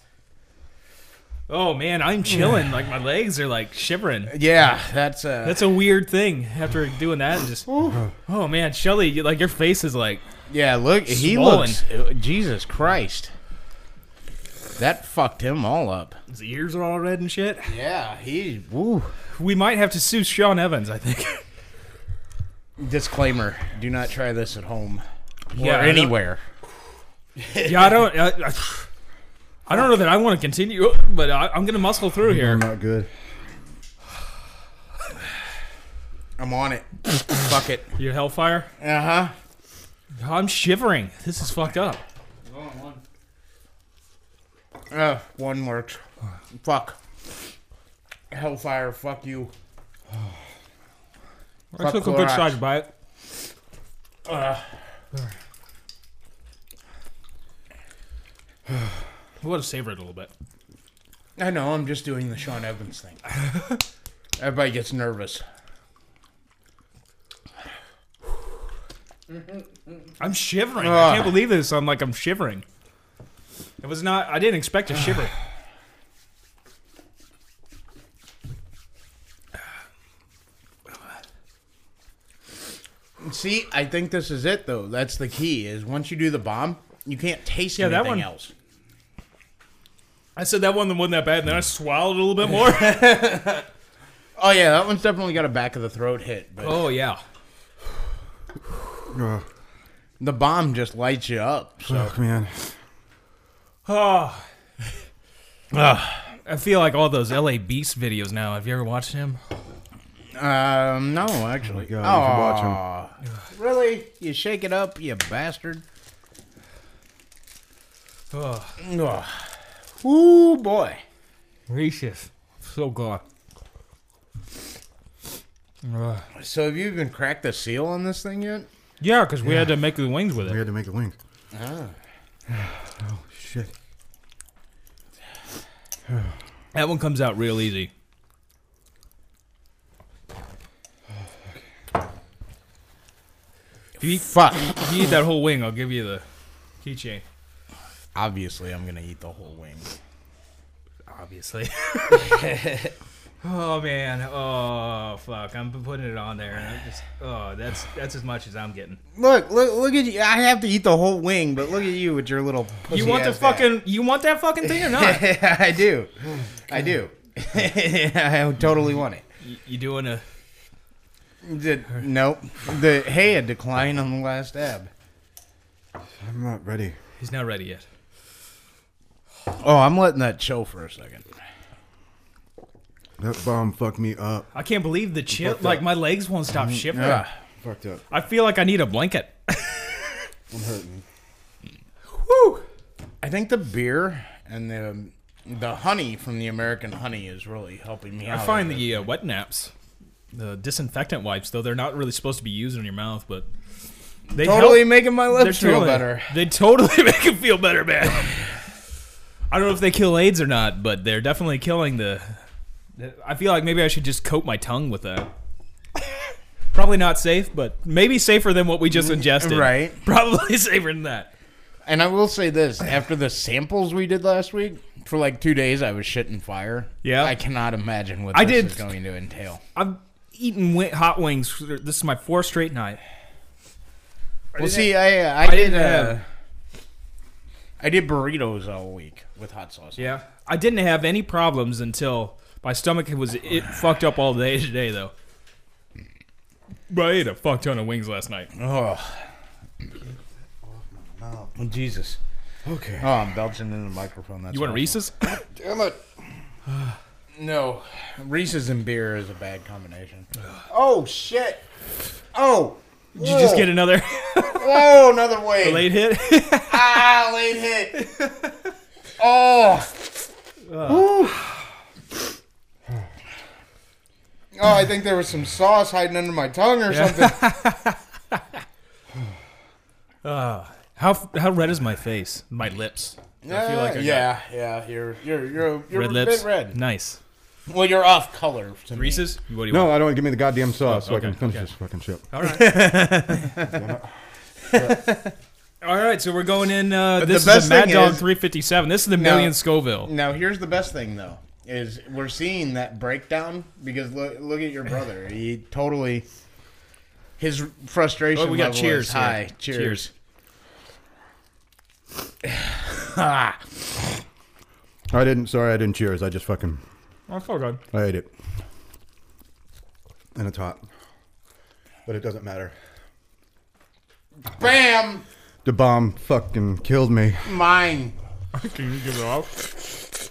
D: Oh man, I'm chilling. like my legs are like shivering.
F: Yeah, that's uh
D: That's a weird thing after doing that and just. oh man, Shelly, you- like your face is like.
F: yeah, look, he
D: swollen.
F: looks Jesus Christ. That fucked him all up.
D: His ears are all red and shit.
F: Yeah, he woo.
D: We might have to sue Sean Evans, I think.
F: Disclaimer, do not try this at home
D: Yeah,
F: or
D: I don't-
F: anywhere.
D: Yeah, I don't. I, I, I don't know that I want to continue, oh, but I, I'm gonna muscle through
C: I'm
D: here.
C: not good.
F: I'm on it. Fuck it.
D: Your hellfire.
F: Uh-huh.
D: I'm shivering. This is fucked up.
F: Uh, one works. Fuck. Hellfire, fuck you.
D: I
F: Fuck
D: took a good
F: Clorox.
D: sized bite. We want to savor it a little bit.
F: I know, I'm just doing the Sean Evans thing. Everybody gets nervous.
D: I'm shivering. I can't believe this. I'm like I'm shivering. It was not. I didn't expect to shiver.
F: See, I think this is it though. That's the key is once you do the bomb, you can't taste
D: Yeah, that
F: anything
D: one-
F: else.
D: I said that one that wasn't that bad, and then I swallowed a little bit more.
F: Oh yeah, that one's definitely got a back of the throat hit, but
D: oh yeah.
C: Ugh.
F: the bomb just lights you up. So
C: Fuck, man.
D: Oh. I feel like all those LA Beast videos now. Have you ever watched him?
F: um no, actually.
C: Oh God, you should watch 'em.
F: Aw. Really? You shake it up, you bastard.
D: Ugh,
F: Ugh. Ooh, boy.
D: gracious. So God. Ugh.
F: So have you even cracked the seal on this thing yet?
D: Yeah, because we had to make the wings with
C: We
D: it.
C: had to make a link.
F: Ah.
C: Oh shit!
D: That one comes out real easy. If you, eat,
F: Fuck.
D: if you eat that whole wing, I'll give you the keychain.
F: Obviously, I'm gonna eat the whole wing.
D: Obviously. oh man. Oh fuck. I'm putting it on there. And I just, oh, that's that's as much as I'm getting.
F: Look, look, look at you. I have to eat the whole wing, but look at you with your little.
D: you want the
F: pussy ass
D: fucking? You want that fucking thing or not?
F: back. I do.
C: Oh,
F: I do. I totally want it.
D: you, you doing a?
F: The, nope. The hey, a decline on the last dab.
C: I'm not ready.
D: He's not ready yet.
F: Oh, I'm letting that chill for a second.
C: That bomb fucked me up.
D: I can't believe the Mm, chip. Like my legs won't stop shivering.
F: Ugh.
C: Fucked up.
D: I feel like I need a blanket.
C: I'm hurting.
D: Woo.
F: I think the beer and the the honey from the American honey is really helping me
D: I
F: out.
D: find the uh, wet naps, the disinfectant wipes, though they're not really supposed to be used in your mouth, but they
F: totally
D: help.
F: making my
D: They're
F: lips feel
D: totally-
F: better.
D: They totally make you feel better, man. I don't know if they kill AIDS or not, but they're definitely killing the. the- I feel like maybe I should just coat my tongue with that. Probably not safe, but maybe safer than what we just ingested.
F: Mm, right.
D: Probably safer than that.
F: And I will say this: after the samples we did last week, for like two days, I was shitting fire.
D: Yeah.
F: I cannot imagine what
D: I
F: this
D: did-
F: is going to entail.
D: I've eaten wi- hot wings. This is my fourth straight night.
F: Well, see, I I, did
D: didn't
F: uh,
D: have-
F: I did burritos all week with hot sauce.
D: Yeah, I didn't have any problems until my stomach was it fucked up all day today though. But I ate a fuck ton of wings last night.
F: Oh. Jesus.
C: Okay.
F: Oh, I'm belching into the microphone. That's
D: You want
F: awful.
D: Reese's?
F: Damn it. No, Reese's and beer is a bad combination. oh shit! Oh,
D: Did you just get another
F: oh another way.
D: late hit?
F: Ah, late hit. oh. Whew. Oh, I think there was some sauce hiding under my tongue or something.
D: how how red is my face? My lips.
F: Yeah,
D: like I got-
F: Uh, yeah, yeah. You're you're you're you're
D: red
F: a
D: lips.
F: bit red.
D: Nice.
F: Well, you're off color to me.
D: Reese's? What do you
C: No,
D: want?
C: I don't. Give me the goddamn sauce so I
F: Oh,
D: okay,
C: can finish
D: okay.
C: this fucking chip.
D: All right. All right, so we're going in. Uh, this
F: the
D: is
F: best
D: the Mad
F: thing
D: Dog
F: is-
D: 357. This is the Million Scoville.
F: Now, here's the best thing though is we're seeing that breakdown because look look at your brother. He totally his frustration.
D: Oh, we got
F: level
D: cheers.
F: Is
D: here.
F: high. Cheers.
D: Ah.
C: I didn't. Sorry, I didn't cheers. I just fucking.
D: That's all good.
C: I ate it. And it's hot, but it doesn't matter.
F: Bam!
C: The bomb fucking killed me.
F: Mine.
D: Can you give it off?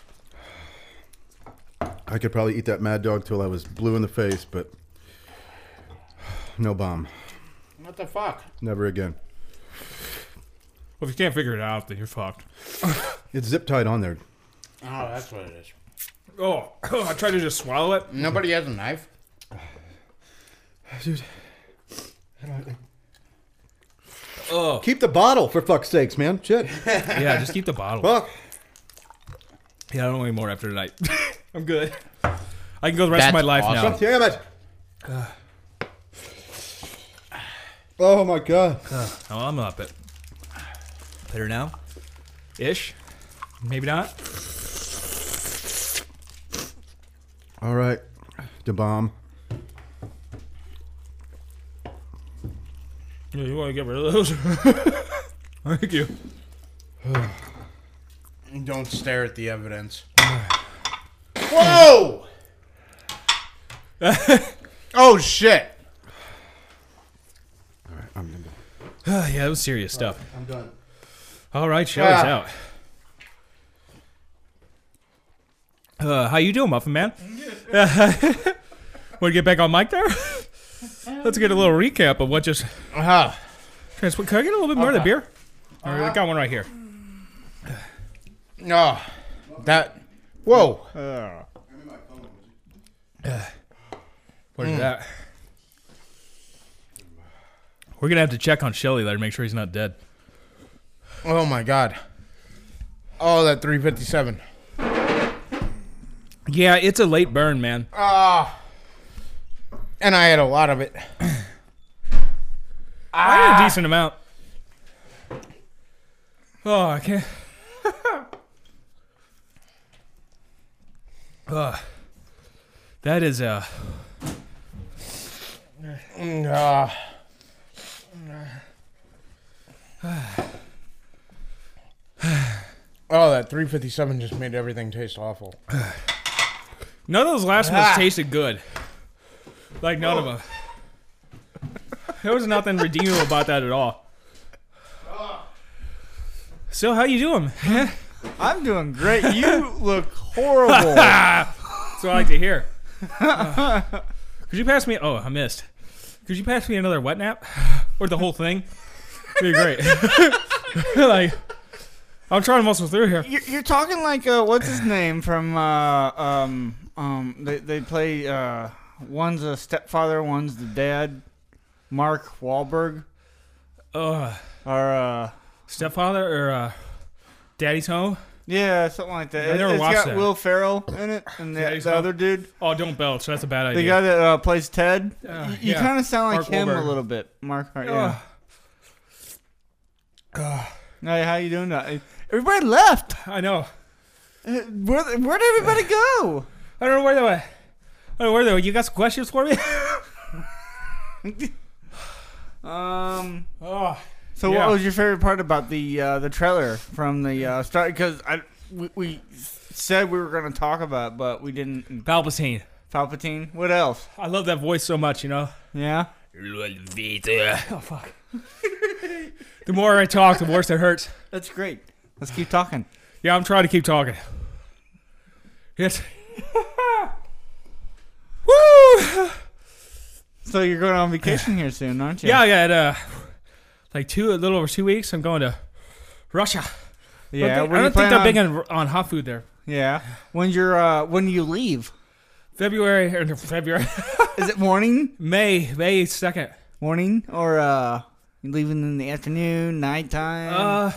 C: I could probably eat that Mad Dog till I was blue in the face, but no bomb.
F: What the fuck?
C: Never again.
D: Well, if you can't figure it out, then you're fucked.
C: It's zip tied on there.
F: Oh, that's what it is.
D: Oh, I tried to just swallow it.
F: Nobody has a knife.
D: Oh,
C: Keep the bottle for fuck's sakes, man. Shit.
D: yeah, just keep the bottle.
C: Fuck.
D: Yeah, I don't want any more after tonight. I'm good. I can go the rest of
F: That's
D: my life
C: God
D: now.
C: damn it. Oh my god.
D: Oh, I'm up it. Better now? Ish? Maybe not?
C: All right. The bomb.
D: Yeah, you want to get rid of those? Thank you.
F: Don't stare at the evidence. Whoa! oh shit!
C: I'm gonna go.
D: yeah, that was serious stuff.
C: I'm done.
D: All right, shower's
F: Ah.
D: out. Uh, how you doing, Muffin Man? Want to get back on mic there? Let's get a little recap of what just
F: Uh-huh.
C: Uh-huh.
D: transpired. Can I get a little bit more of the beer? All right, I got one right here.
J: Oh, that. Whoa.
D: Where's that? We're gonna have to check on Shelly there to make sure he's not dead.
J: Oh my god. Oh, that 357.
D: Yeah, it's a late burn, man.
J: And I had a lot of it.
D: I had a decent amount. Oh, I can't. Ugh. that is uh
F: Oh,
J: Ah. oh, that 357 just made everything taste awful.
D: none of those last ones tasted good. Like none of them. there was nothing redeemable about that at all. So how you doing?
E: I'm doing great. You look horrible.
D: That's what I like to hear. Uh, could you pass me? Oh, I missed. Could you pass me another wet nap or the whole thing? It'd be great. like, I'm trying to muscle through here.
E: You're, you're talking like uh, what's his name from uh, um um they they play uh one's a stepfather, one's the dad, Mark Wahlberg
D: Uh,
E: or uh
D: stepfather or uh, daddy's home?
E: yeah something like that.
D: I never
E: it, has
D: watched
E: got
D: that.
E: Will Ferrell in it and the,
D: Daddy's
E: the
D: Home?
E: other dude,
D: Oh, don't belch. That's a bad
E: the
D: idea.
E: guy that uh, plays Ted.
D: Uh,
E: Y- you
D: yeah.
E: kind of sound like
D: Mark
E: him
D: Wahlberg.
E: a little bit, Mark. Yeah.
D: Ugh.
E: Hey, how you doing? Now? Everybody left.
D: I know.
E: Uh, Where where'd everybody go?
D: I don't know where they went. I don't know where they went. You got some questions for me?
E: Um.
D: oh,
E: So
D: Yeah.
E: what was your favorite part about the uh, the trailer from the uh, start? Because I we, we said we were going to talk about, it, but we didn't.
D: Palpatine.
E: Palpatine. What else?
D: I love that voice so much. You know.
E: Yeah.
D: Oh fuck. the more I talk, the worse it hurts.
E: That's great. Let's keep talking.
D: Yeah, I'm trying to keep talking. Yes. Woo!
E: So you're going on vacation here soon, aren't you?
D: Yeah, I got uh, like two, a little over two weeks. I'm going to Russia.
E: Yeah.
D: I don't
E: what
D: think, I
E: are you
D: don't think
E: planning
D: they're
E: on-
D: big on, on hot food there.
E: Yeah. When you're uh, when you leave,
D: February or February,
E: is it morning,
D: May, May second.
E: morning, or uh, you leaving in the afternoon, nighttime?
D: Uh,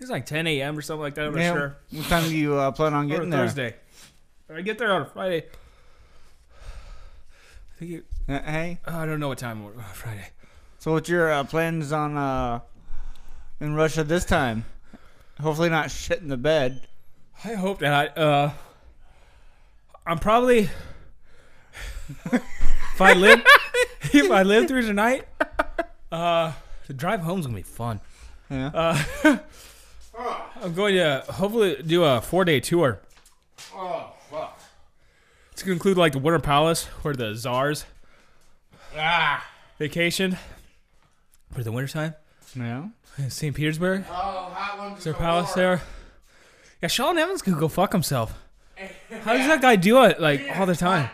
D: it's like 10 a.m. or something like that. I'm not
E: Yeah.
D: sure.
E: What time do you uh, plan on
D: Or
E: getting there?
D: Thursday. I get there on a Friday. I think it,
E: Uh, hey.
D: I don't know what time it was, uh, Friday.
E: So what's your uh, plans on uh, in Russia this time? Hopefully not shit in the bed.
D: I hope that I, uh, I'm probably if I live if I live through tonight, uh, the drive home's gonna be fun.
E: Yeah.
D: Uh, I'm going to hopefully do a four day tour. Oh fuck! It's gonna include like the Winter Palace or the Czars. Ah, vacation for the wintertime.
E: No.
D: in St. Petersburg. Is there a palace there? Yeah, Sean Evans could go fuck himself. How does that guy do it like all the time?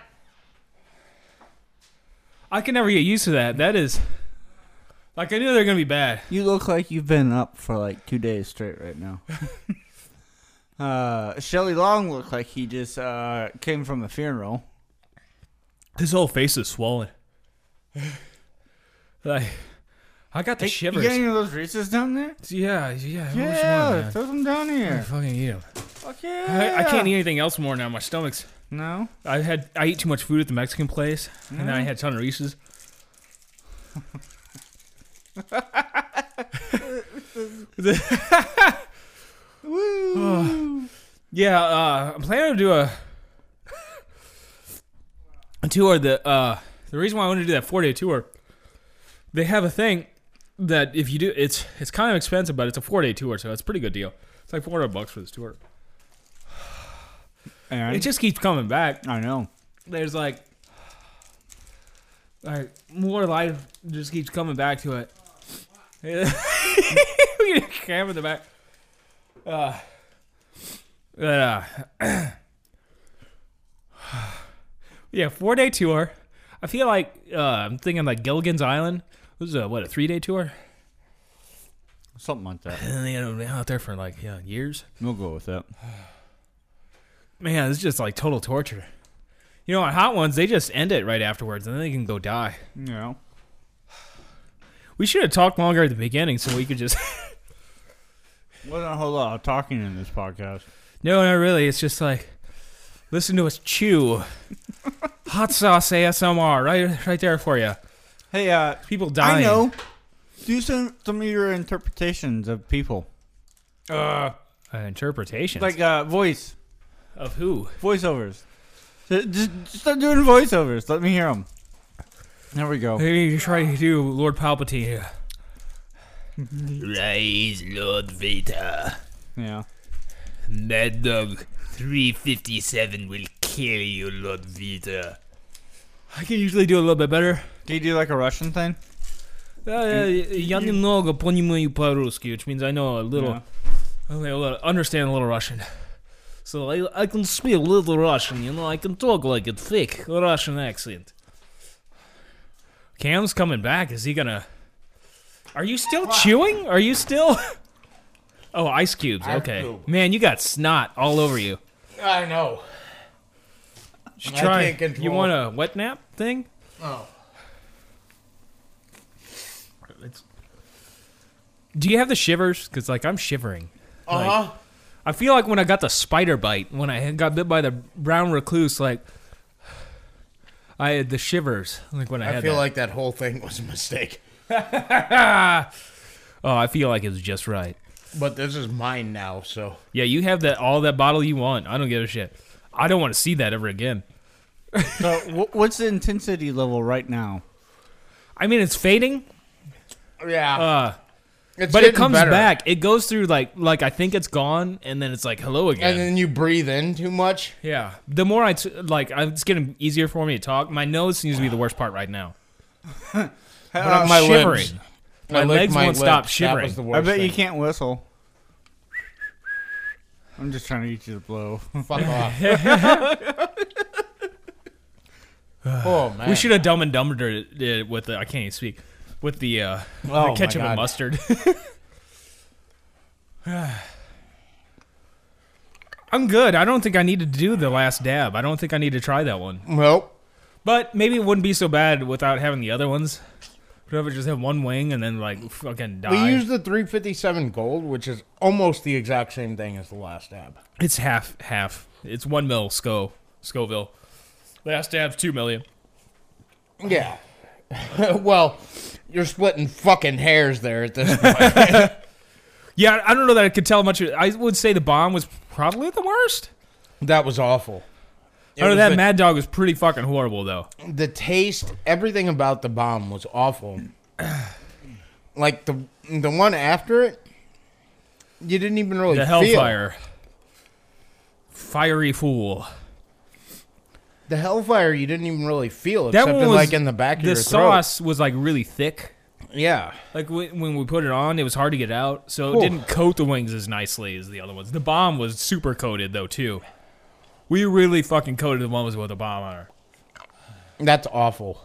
D: I can never get used to that. That is like I knew they're gonna be bad.
E: You look like you've been up for like two days straight right now. uh, Shelley Long looked like he just uh, came from a funeral.
D: His whole face is swollen. like I got the shivers.
E: You got any of those Reese's down there?
D: yeah, yeah. I wish one,
E: Yeah,
D: man.
E: throw them down here.
D: Fucking eat 'em.
E: Fuck yeah.
D: I, I
J: e-
D: can't eat anything else more now. My stomach's.
E: No.
D: I had. I ate too much food at the Mexican place, and then I had a ton of Reese's.
E: Woo.
D: Yeah, uh, I'm planning to do a, a tour. The uh, the reason why I want to do that four day tour, they have a thing that if you do, it's it's kind of expensive, but it's a four day tour, so it's a pretty good deal. It's like 400 bucks for this tour. It
E: And
D: just keeps coming back.
E: I know.
D: There's like, like more life just keeps coming back to it. we get a camera in the back. Uh, but, uh, yeah, four day tour. I feel like uh, I'm thinking like Gilligan's Island. It was a, what a three day tour.
J: something like that.
D: And they were out there for like yeah years.
J: We'll go with that.
D: Man, it's just like total torture. You know, on hot ones they just end it right afterwards, and then they can go die.
J: You know,
D: We should have talked longer at the beginning so we could just.
J: wasn't a whole lot of talking in this podcast.
D: no, no, really. It's just like, listen to us chew. Hot sauce ASMR, right, right there for you.
J: Hey, uh,
D: People dying.
J: I know. Do some some of your interpretations of people,
D: Uh, interpretations
J: like uh, voice
D: of who?
J: voiceovers. Just, just start doing voiceovers. Let me hear them. There we go.
D: Maybe you try to do Lord Palpatine.
K: Rise, Lord Vader.
J: Yeah.
K: Mad Dog 357 will kill you, Lord Vader.
D: I can usually do a little bit better.
J: Can you do like a Russian thing?
D: Uh, Я немного понимаю по-русски, which means I know a little,
J: Yeah.
D: I know a little- understand a little Russian. So I, I can speak a little Russian, you know, I can talk like a thick Russian accent. Cam's coming back. Is he gonna. Are you still chewing? Are you still. Oh, ice cubes. Okay. Man, you got snot all over you.
L: I know.
D: Should
L: I
D: try.
L: can't control
D: You want a wet nap thing?
L: Oh.
D: It's- Do you have the shivers? Because like I'm shivering. Like,
F: Uh-huh.
L: Uh huh.
D: I feel like when I got the spider bite, when I got bit by the brown recluse, like I had the shivers. Like when I,
F: I
D: had
F: feel
D: that.
F: like that whole thing was a mistake.
D: oh, I feel like it was just right.
F: But this is mine now, so
D: Yeah, you have that all that bottle you want. I don't give a shit. I don't want to see that ever again.
J: So, wh- what's the intensity level right now?
D: I mean, it's fading,
F: yeah.
D: uh,
F: it's
D: but it
F: getting
D: comes
F: better.
D: back. It goes through like like I think it's gone, and then it's like hello again.
F: and then you breathe in too much.
D: Yeah. The more I t- like, I- it's getting easier for me to talk. My nose seems to be the worst part right now. but I'm
F: my
D: shivering.
F: lips.
D: My
F: I licked
D: legs won't stop
F: lips. That
D: shivering.
F: was the
J: I
F: worst
J: bet you
F: thing.
J: can't whistle. I'm just trying to get you to blow.
F: Fuck off. oh man.
D: we should have dumb and dumbered it- it with the. I can't even speak. With the, uh, the
F: Oh,
D: ketchup
F: my
D: and
F: God.
D: mustard. I'm good. I don't think I need to do the last dab. I don't think I need to try that one.
F: Nope.
D: But maybe it wouldn't be so bad without having the other ones. Would ever just have one wing and then like fucking die?
F: We used the 357 gold, which is almost the exact same thing as the last dab.
D: It's half half. It's one mil Sco Scoville. Last dab's two million.
F: Yeah. well, you're splitting fucking hairs there at this point.
D: Yeah, I don't know that I could tell much. I would say the bomb was probably the worst.
F: that was awful. It
D: I know
F: was
D: that
F: the,
D: Mad Dog was pretty fucking horrible though.
F: the taste, everything about the bomb was awful. like the the one after it, you didn't even really
D: The
F: feel.
D: Hellfire, fiery fool.
F: The hellfire, you didn't even really feel
D: That
F: except
D: one
F: in,
D: was
F: like in the back of
D: the
F: your
D: sauce was like really thick.
F: throat. Yeah.
D: Like when when we put it on, it was hard to get out, so it
F: Whew.
D: didn't coat the wings as nicely as the other ones. The bomb was super coated though too. We really fucking coated the ones with the bomb on her.
F: That's awful.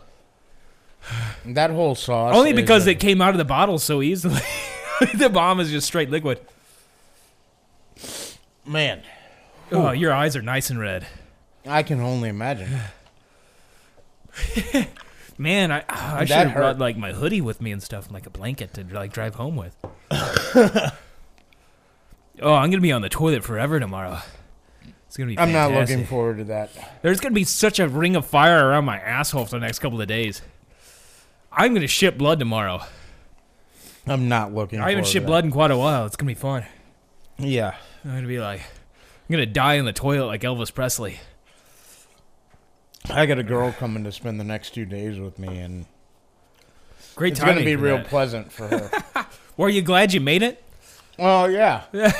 F: That whole sauce.
D: Only
F: is
D: because
F: a-
D: it came out of the bottle so easily. the bomb is just straight liquid.
F: man,
D: Oh, your eyes are nice and red.
F: I can only imagine.
D: Man, I ah, I
F: That
D: should have
F: hurt.
D: brought like my hoodie with me and stuff, and, like a blanket to like drive home with. oh, I'm gonna be on the toilet forever tomorrow. It's gonna be.
F: I'm not
D: fantastic.
F: looking forward to that.
D: There's gonna be such a ring of fire around my asshole for the next couple of days. I'm gonna shit blood tomorrow.
F: I'm not looking.
D: I haven't
F: forward
D: shit
F: to
D: blood in quite a while. It's gonna be fun.
F: that. Yeah,
D: I'm gonna be like, I'm gonna die in the toilet like Elvis Presley.
F: I got a girl coming to spend the next two days with me, and
D: Great
F: it's
D: timing.
F: gonna be
D: for
F: real
D: that.
F: pleasant for her.
D: Were you glad you made it?
F: well, yeah,
D: That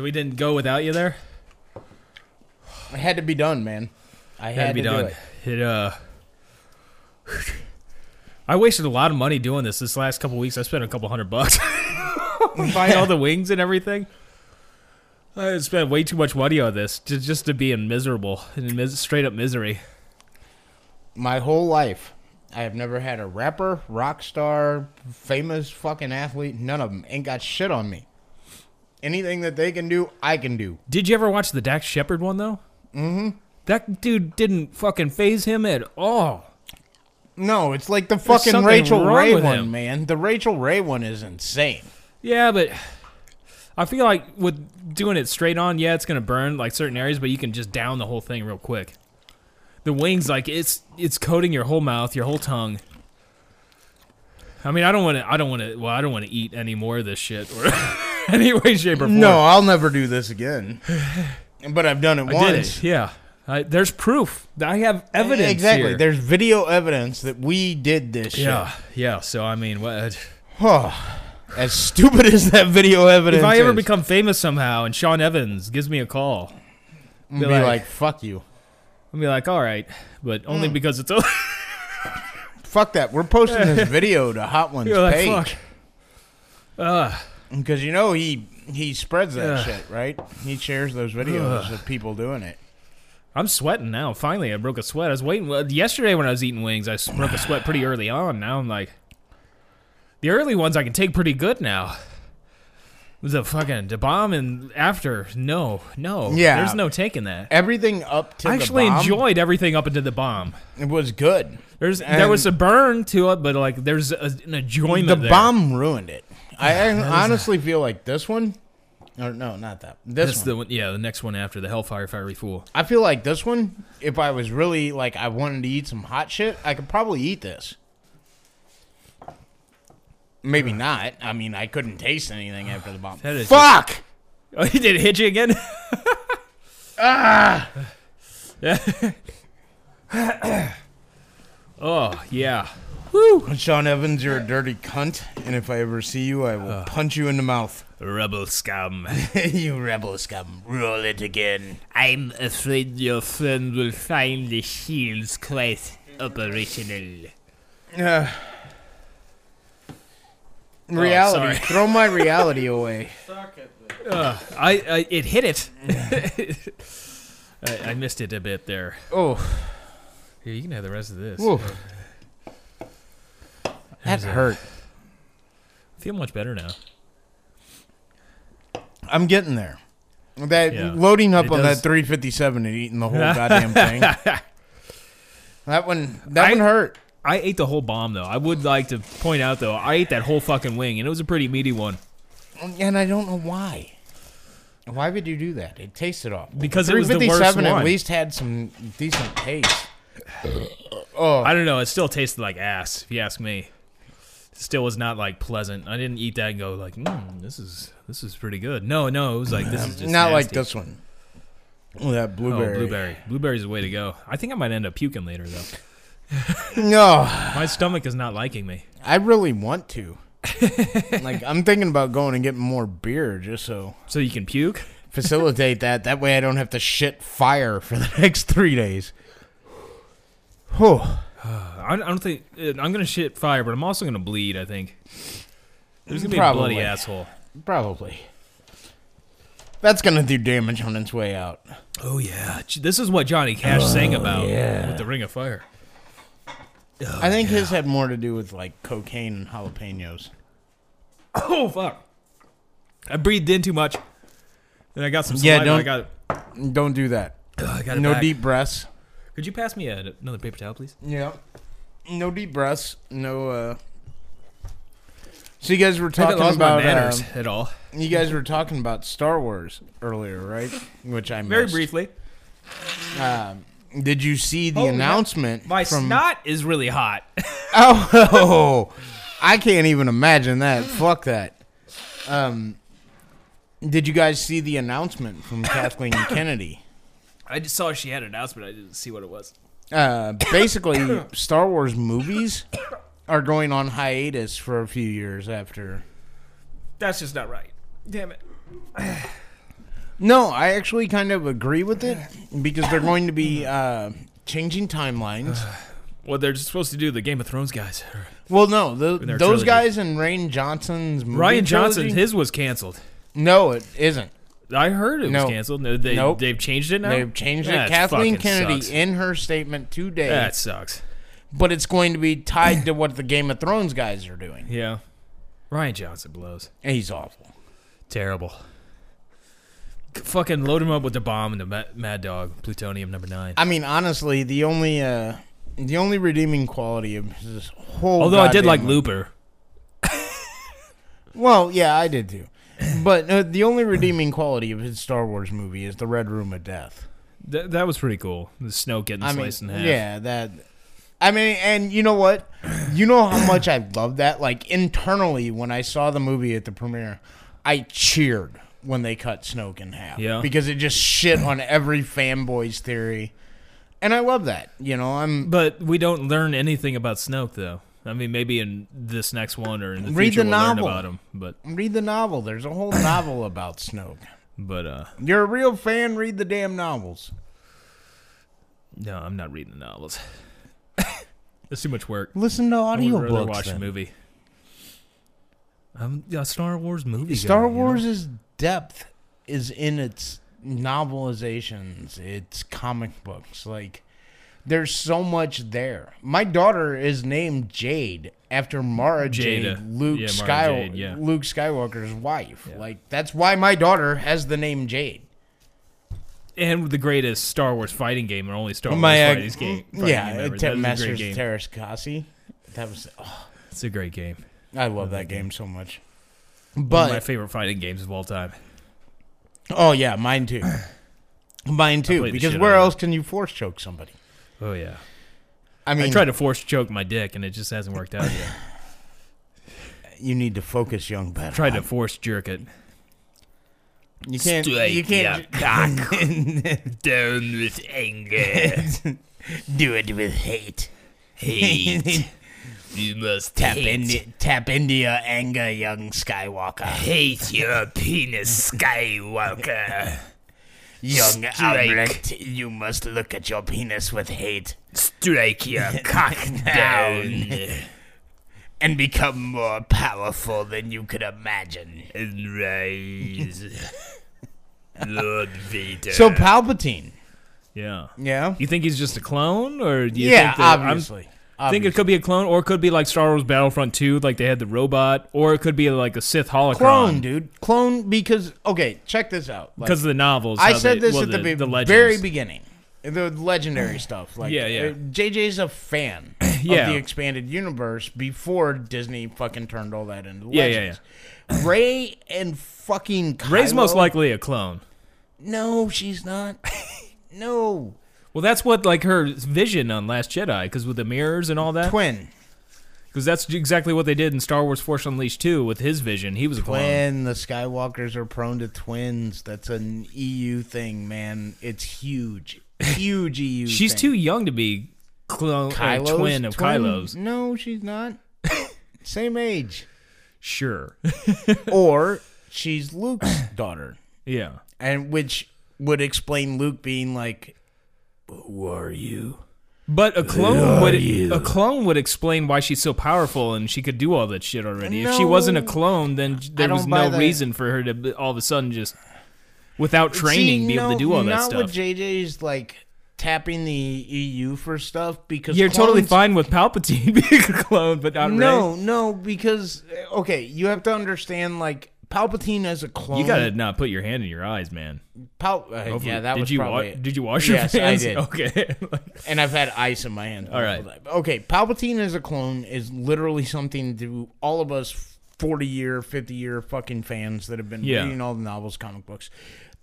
D: we didn't go without you there?
F: I had to be done, man. I
D: That'd
F: had,
D: be
F: to
D: done.
F: Do it.
D: It, uh I wasted a lot of money doing this this last couple weeks. I spent a couple hundred bucks buying all the wings and everything. I spent way too much money on this to, just to be in miserable and mis- straight up misery.
F: My whole life, I have never had a rapper, rock star, famous fucking athlete. None of them ain't got shit on me. Anything that they can do, I can do.
D: Did you ever watch the Dax Shepard one though? Mm-hmm. That dude didn't fucking phase him at all.
F: No, it's like the fucking
D: something
F: Rachel
D: wrong
F: Ray
D: with
F: one,
D: him.
F: man. The Rachel Ray one is insane.
D: Yeah, but I feel like with doing it straight on, yeah, it's gonna burn like certain areas, but you can just down the whole thing real quick. The wings, like it's it's coating your whole mouth, your whole tongue. I mean, I don't want to. I don't want to. Well, I don't want to eat any more of this shit, or any way, shape, or form.
F: No, I'll never do this again. but I've done it
D: I
F: once.
D: did it. Yeah, I, there's proof. I have evidence.
F: Eh, Exactly.
D: here.
F: There's video evidence that we did this
D: Yeah, yeah. So I mean, what?
F: shit. Huh. As stupid as that video evidence
D: If I ever
F: is,
D: become famous somehow, and Sean Evans gives me a call,
F: I'm gonna
D: be
F: be
D: like-
F: like, fuck you.
D: I'll be like, all right, but
F: Mm.
D: only because it's.
F: Fuck that. We're posting this video to Hot One's
D: You're like,
F: page.
D: fuck. Uh,
F: Because you know he he spreads that
D: Ugh.
F: shit, right? He shares those videos of people doing it.
D: I'm sweating now. Finally, I broke a sweat. I was waiting. well, Yesterday, when I was eating wings, I s- broke a sweat pretty early on. Now I'm like, the early ones I can take pretty good now. The fucking the bomb and after, no, no,
F: Yeah.
D: there's no taking that.
F: Everything up to
D: I actually
F: the bomb
D: enjoyed everything up into the bomb.
F: it was good.
D: There's there
F: And-
D: was a burn to it, but like there's a, an enjoyment.
F: The
D: there.
F: bomb ruined it. I, I honestly feel like this one. Or no, not that. This
D: That's
F: one.
D: the one, yeah, the next one after the Hellfire Fiery Fool.
F: I feel like this one, if I was really like I wanted to eat some hot shit, I could probably eat this. Maybe not. I mean, I couldn't taste anything after the bomb.
D: That is
F: Fuck!
D: Oh, he did it hit you again. ah. oh yeah.
F: Sean Evans, you're a dirty cunt, and if I ever see you, I will punch you in the mouth.
M: Rebel scum.
F: you rebel scum. Roll it again.
M: I'm afraid your friend will find the shields quite operational.
F: Uh, reality.
D: Oh, sorry.
F: Throw my reality away.
D: Ah, I, I it hit it. I, I missed it a bit there.
F: Oh,
D: Here, you can have the rest of this.
F: Oof. that hurt.
D: I feel much better now.
F: I'm getting there. That
D: Yeah.
F: loading up
D: It
F: on
D: does-
F: that 357 and eating the whole goddamn thing. That one, that
D: I-
F: one hurt.
D: I ate the whole bomb though. I would like to point out though, I ate that whole fucking wing, and it was a pretty meaty one
F: Oh, And I don't know why. Why would you do that? It tasted off.
D: because it was the worst one.
F: at least had some decent taste. oh,
D: I don't know. It still tasted like ass, if you ask me. It still was not like pleasant. I didn't eat that and go like, mm, "This is this is pretty good." No, no, it was like this is just
F: not like
D: nasty.
F: this one. Oh, that
D: Oh,
F: blueberry.
D: blueberry. Blueberry's the way to go. I think I might end up puking later though.
F: No,
D: My stomach is not liking me.
F: I really want to. like I'm thinking about going and getting more beer just so
D: So you can puke.
F: facilitate that. That way I don't have to shit fire for the next three days. Oh,
D: I I don't think uh, I'm gonna shit fire, but I'm also gonna bleed. I think there's gonna be a
F: Probably.
D: bloody asshole.
F: probably. That's gonna do damage on its way out.
D: Oh yeah, J- this is what Johnny Cash
F: Oh,
D: sang about with the Ring of Fire.
F: I think his had more to do with like cocaine and jalapenos.
D: Oh fuck! I breathed in too much, and I got some.
F: Yeah,
D: Saliva.
F: don't-
D: I got.
F: Don't do that.
D: I got it
F: No
D: back.
F: deep breaths.
D: Could you pass me a, another paper towel, please?
F: Yeah. No deep breaths. No. uh So you guys were
D: I haven't
F: talking
D: lost
F: about
D: my manners
F: um,
D: at all.
F: you guys were talking about Star Wars earlier, right? Which I
D: Very
F: missed.
D: briefly,
F: Um, did you see the
D: Oh, yeah.
F: announcement?
D: my
F: from,
D: snot is really hot.
F: Oh, I can't even imagine that. Fuck that. Um, did you guys see the announcement from Kathleen Kennedy?
D: I just saw she had an announcement. I didn't see what it was.
F: uh, basically Star Wars movies are going on hiatus for a few years after.
D: That's just not right. Damn it.
F: No, I actually kind of agree with it because they're going to be uh, changing timelines.
D: Well, they're just supposed to do the Game of Thrones guys.
F: Well, no, tho-
D: their
F: those
D: trilogy.
F: guys and Rain Johnson's movie
D: Ryan Johnson,
F: trilogy-
D: his was canceled.
F: no, it isn't.
D: I heard it
F: No.
D: was canceled. No, they
F: Nope.
D: they've changed it now.
F: They've changed it.
D: That
F: Kathleen
D: fucking
F: Kennedy
D: sucks.
F: in her statement today
D: That sucks.
F: but it's going to be tied to what the Game of Thrones guys are doing.
D: Yeah. Ryan Johnson blows.
F: And he's awful.
D: Terrible. C- Fucking load him up with the bomb and the ma- Mad Dog, plutonium number nine.
F: I mean, honestly, the only uh, the only redeeming quality of this whole
D: Although I did
F: goddamn
D: like
F: movie-
D: Looper.
F: Well, yeah, I did too. But uh, the only redeeming quality of his Star Wars movie is the Red Room of Death.
D: Th- that was pretty cool. The snow getting
F: I mean,
D: sliced in half.
F: yeah, that. I mean, and you know what? You know how much I love that. Like internally, when I saw the movie at the premiere, I cheered when they cut Snoke in half.
D: Yeah.
F: because it just shit on every fanboy's theory, and I love that. You know, I'm
D: But we don't learn anything about Snoke, though. I mean, maybe in this next one or in the
F: Read
D: future
F: the
D: we'll
F: novel.
D: learn about him. But
F: read the novel. There's a whole novel about Snoke.
D: but uh,
F: You're a real fan. Read the damn novels.
D: no, I'm not reading the novels. It's too much work.
F: Listen to
D: I would
F: audiobooks.
D: rather watch a
F: then.
D: movie. I'm a Star Wars movie. guy,
F: Star
D: you know?
F: Wars' depth is in its novelizations, its comic books. Like, there's so much there. My daughter is named Jade after Mara
D: Jada.
F: Jade, Luke,
D: Yeah, Mara
F: Sky-
D: Jade, yeah.
F: Luke Skywalker's wife. Like, that's why my daughter has the name Jade.
D: and the greatest Star Wars fighting game, or only Star Wars
F: my uh,
D: fighting game. fighting game
F: yeah,
D: ever.
F: Ted
D: That is a great
F: Masters
D: game.
F: Terrace Kasi. That was oh,
D: It's a great game.
F: I love that game so much.
D: One of my
F: But
D: favorite fighting games of all time.
F: oh yeah, mine too. Mine too.
D: played the
F: Because
D: shit
F: where
D: out of it.
F: else can you force choke somebody?
D: Oh yeah,
F: I mean,
D: I tried to force choke my dick, and it just hasn't worked out yet.
F: you need to focus, young
D: I
F: battle.
D: tried to force jerk it.
F: You can't. you can't
N: Down with anger.
F: do it with hate.
N: Hate. You must
F: Tap
N: hate.
F: into tap into your anger, young Skywalker.
N: Hate your penis, Skywalker.
F: Young
N: Strike.
F: Albrecht, you must look at your penis with hate
N: Strike your cock down
F: and become more powerful than you could imagine.
N: and rise. Lord Vader.
F: So Palpatine.
D: Yeah.
F: Yeah.
D: You think he's just a clone, or do you
F: yeah,
D: think that,
F: obviously.
D: I'm, think it could be a clone, or it could be like Star Wars Battlefront Two, like they had the robot, or it could be like a Sith holocron
F: clone, dude. Clone because okay, check this out. Like,
D: because of the novels.
F: I
D: how
F: said
D: they-
F: this
D: well,
F: at the, be-
D: legends.
F: very beginning. The legendary stuff, like
D: Yeah, yeah.
F: uh, JJ's a fan
D: Yeah.
F: of the expanded universe before Disney fucking turned all that into
D: Yeah, yeah,
F: legends. Yeah, yeah. Ray and fucking Kylo,
D: Ray's most likely a clone.
F: No, she's not. no,
D: Well, that's what like her vision on Last Jedi, because with the mirrors and all that,
F: twin,
D: because that's exactly what they did in Star Wars Force Unleashed 2 with his vision. He was a clone.
F: twin. The Skywalkers are prone to twins. That's an EU thing, man. It's huge, huge EU.
D: She's
F: thing.
D: too young to be clone uh,
F: Kylo's
D: twin of Kylo's.
F: No, she's not. Same age.
D: Sure.
F: or she's Luke's daughter,
D: yeah.
F: and which would explain Luke being like, "Who are you?"
D: But a clone would a clone would explain why she's so powerful and she could do all that shit already. If she wasn't a
F: No.
D: clone, then j- there
F: don't
D: was
F: buy
D: no
F: that.
D: reason for her to be- all of a sudden just without training
F: See,
D: be able
F: no,
D: to do all that
F: not
D: stuff.
F: with JJ's like tapping the EU for stuff because
D: You're totally
F: clones-
D: fine with Palpatine being a clone, but not Rey.
F: No, no, because eh, okay, you have to understand like Palpatine as a clone.
D: You gotta not put your hand in your eyes, man.
F: Pal- uh,
D: Hopefully-
F: yeah, that
D: did
F: was
D: you
F: probably
D: wa-
F: it.
D: Did you wash your
F: Yes, I
D: hands? Oh.
F: did.
D: Okay.
F: and I've had ice in my hand.
D: All right.
F: Okay, Palpatine as a clone is literally something to all of us 40 year, 50 year fucking fans that have been
D: Yeah.
F: reading all the novels, comic books.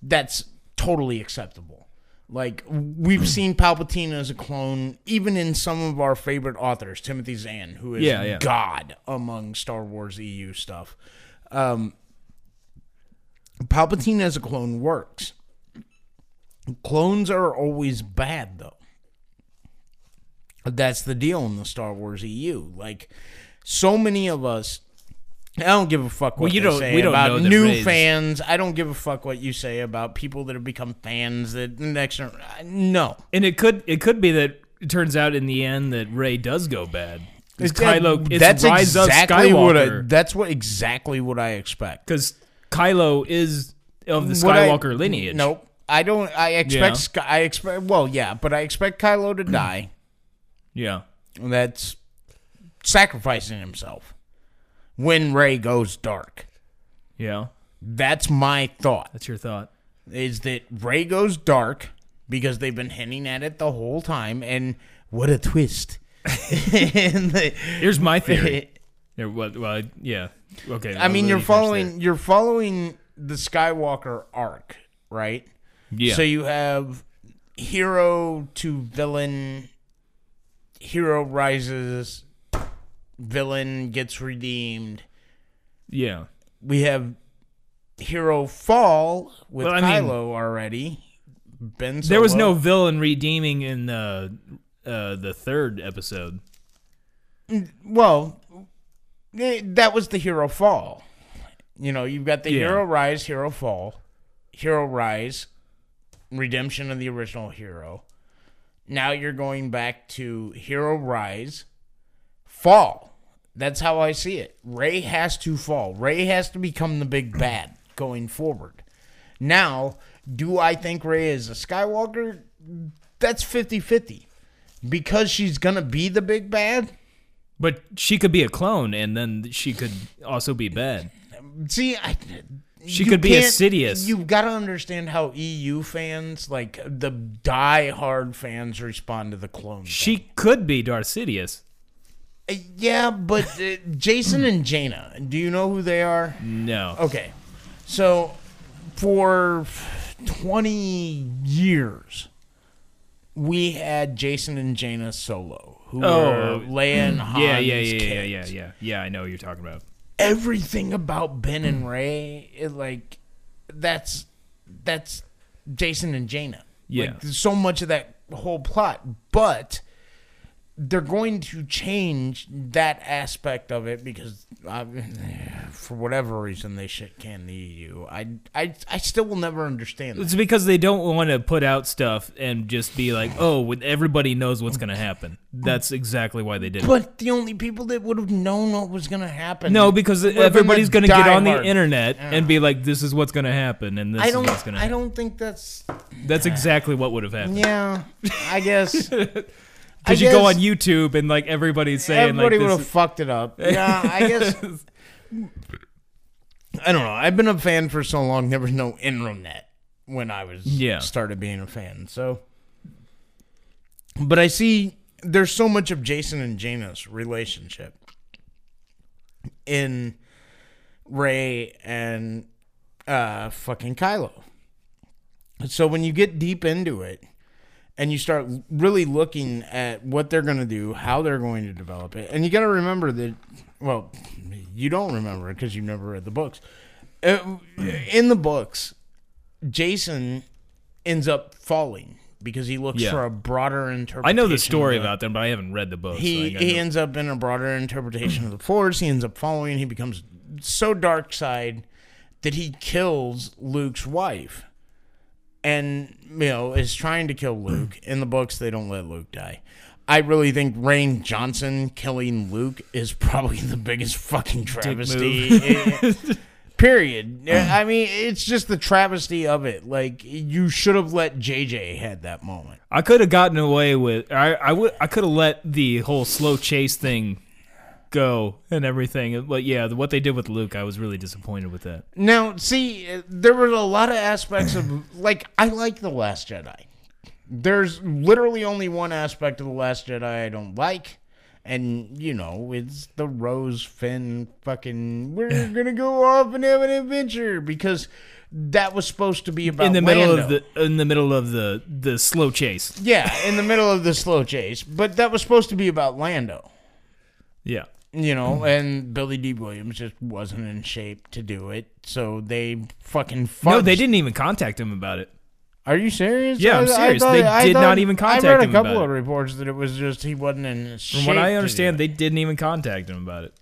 F: That's totally acceptable. Like, we've seen Palpatine as a clone, even in some of our favorite authors, Timothy Zahn, who is
D: Yeah, yeah.
F: God among Star Wars EU stuff. Um, Palpatine as a clone works. Clones are always bad, though. That's the deal in the Star Wars EU. Like, so many of us. I don't give a fuck what
D: Well, you
F: you they
D: don't-
F: say
D: we don't know
F: about
D: that
F: new
D: Rey's-
F: fans. I don't give a fuck what you say about people that have become fans. That next, gen- no,
D: And it could it could be that it turns out in the end that Ray does go bad. Because
F: That-
D: Kylo, it's Rise of
F: what I.
D: Skywalker.
F: That's what exactly what I expect.
D: Because Kylo is of the
F: What I-
D: Skywalker lineage.
F: Nope. I don't. I
D: Yeah.
F: expect. Sky, I expect. Well, yeah, but I expect Kylo to die.
D: Yeah.
F: that's sacrificing himself when Ray goes dark.
D: Yeah,
F: That's my thought.
D: that's your thought.
F: Is that Ray goes dark because they've been hinting at it the whole time, and what a twist! and the,
D: Here's my theory. Yeah, what, well, yeah. Okay.
F: I
D: I'll
F: mean,
D: let
F: you're
D: you finish
F: following
D: there.
F: you're following the Skywalker arc, right?
O: Yeah.
F: So you have hero to villain, hero rises, villain gets redeemed.
D: Yeah.
F: We have hero fall with
D: Well, I mean-
F: Kylo already. Ben
D: There was no
F: Solo.
D: villain redeeming in the uh, the third episode.
F: well. eh, That was the hero fall. You know, you've got the
D: Yeah.
F: hero rise, hero fall, hero rise, redemption of the original hero. Now you're going back to hero rise, fall. That's how I see it. Ray has to fall. Ray has to become the big bad going forward. Now, do I think Ray is a Skywalker? That's 50 50. Because she's going to be the big bad?
D: But she could be a clone, and then she could also be bad.
F: See, I,
D: She
F: you
D: could be a
F: can't-
D: Sidious.
F: You've got to understand how EU fans, like the die-hard fans, respond to the clone.
D: She could be Darth Sidious.
F: thing. Uh, yeah, but uh, Jason and Jaina, do you know who they are?
D: No.
F: Okay, so for twenty years, we had Jason and Jaina solo, who
D: Oh,
F: were Leia and Han's
D: Yeah, yeah, yeah, yeah,
F: kids.
D: yeah, yeah. Yeah, I know what you're talking about.
F: everything about Ben
D: Hmm.
F: and Ray, it, like that's that's Jason and Jaina.
D: Yeah.
F: like, there's so much of that whole plot, but they're going to change that aspect of it because I, for whatever reason they shit can the EU. I, I I still will never understand. That.
D: It's because they don't want to put out stuff and just be like, "Oh, with- everybody knows what's going to happen." That's exactly why they did it.
F: But the only people that would have known what was gonna happen.
D: No, because
F: would've been
D: everybody's
F: the
D: going to get on the
F: diehard.
D: internet and be like, "This is what's going to happen," and this
F: I
D: is what's going
F: don't.
D: to
F: I
D: happen.
F: don't think that's.
D: That's exactly what would have happened.
F: Yeah, I guess. I
D: Because you go
F: guess-
D: on YouTube and like everybody's saying
F: Everybody
D: like
F: would
D: this.
F: have fucked it up. Yeah, I guess. I don't know. I've been a fan for so long. There was no internet when I was
D: Yeah.
F: started being a fan. So, but I see there's so much of Jason and Jana's relationship in Ray and uh, fucking Kylo. So when you get deep into it, and you start really looking at what they're going to do, how they're going to develop it. And you got to remember that, well, you don't remember it because you never read the books. Uh, In the books, Jason ends up falling because he looks
D: Yeah.
F: for a broader interpretation.
D: I know the
F: of
D: story
F: it.
D: about them, but I haven't read the book.
F: He
D: so like, I
F: he
D: know-
F: ends up in a broader interpretation of the Force. He ends up following. He becomes so dark side that he kills Luke's wife, and you know is trying to kill Luke. In the books, they don't let Luke die. I really think Rain Johnson killing Luke is probably the biggest fucking travesty. Eh, Period. Eh, I mean, it's just the travesty of it. Like you should have let JJ had that moment.
D: I could have gotten away with I I would I could have let the whole slow chase thing go and everything. But yeah, what they did with Luke, I was really disappointed with that.
F: Now, see, uh, there were a lot of aspects of like I like the Last Jedi. There's literally only one aspect of the Last Jedi I don't like, and you know it's the Rose Finn fucking. We're gonna go off and have an adventure because that was supposed to be about
D: in the middle
F: Lando.
D: of the in the middle of the the slow chase.
F: yeah, in the middle of the slow chase, but that was supposed to be about Lando.
D: Yeah.
F: you know,
D: Mm.
F: and Billy D. Williams just wasn't in shape to do it, so they fucking fudged.
D: No, they didn't even contact him about it.
F: Are you serious?
D: Yeah, I'm serious. They did not even contact
F: I read
D: him
F: a couple
D: about
F: of
D: it.
F: reports that it was just he wasn't in shape.
D: From what
F: to
D: I
F: do
D: understand,
F: it.
D: they didn't even contact him about it.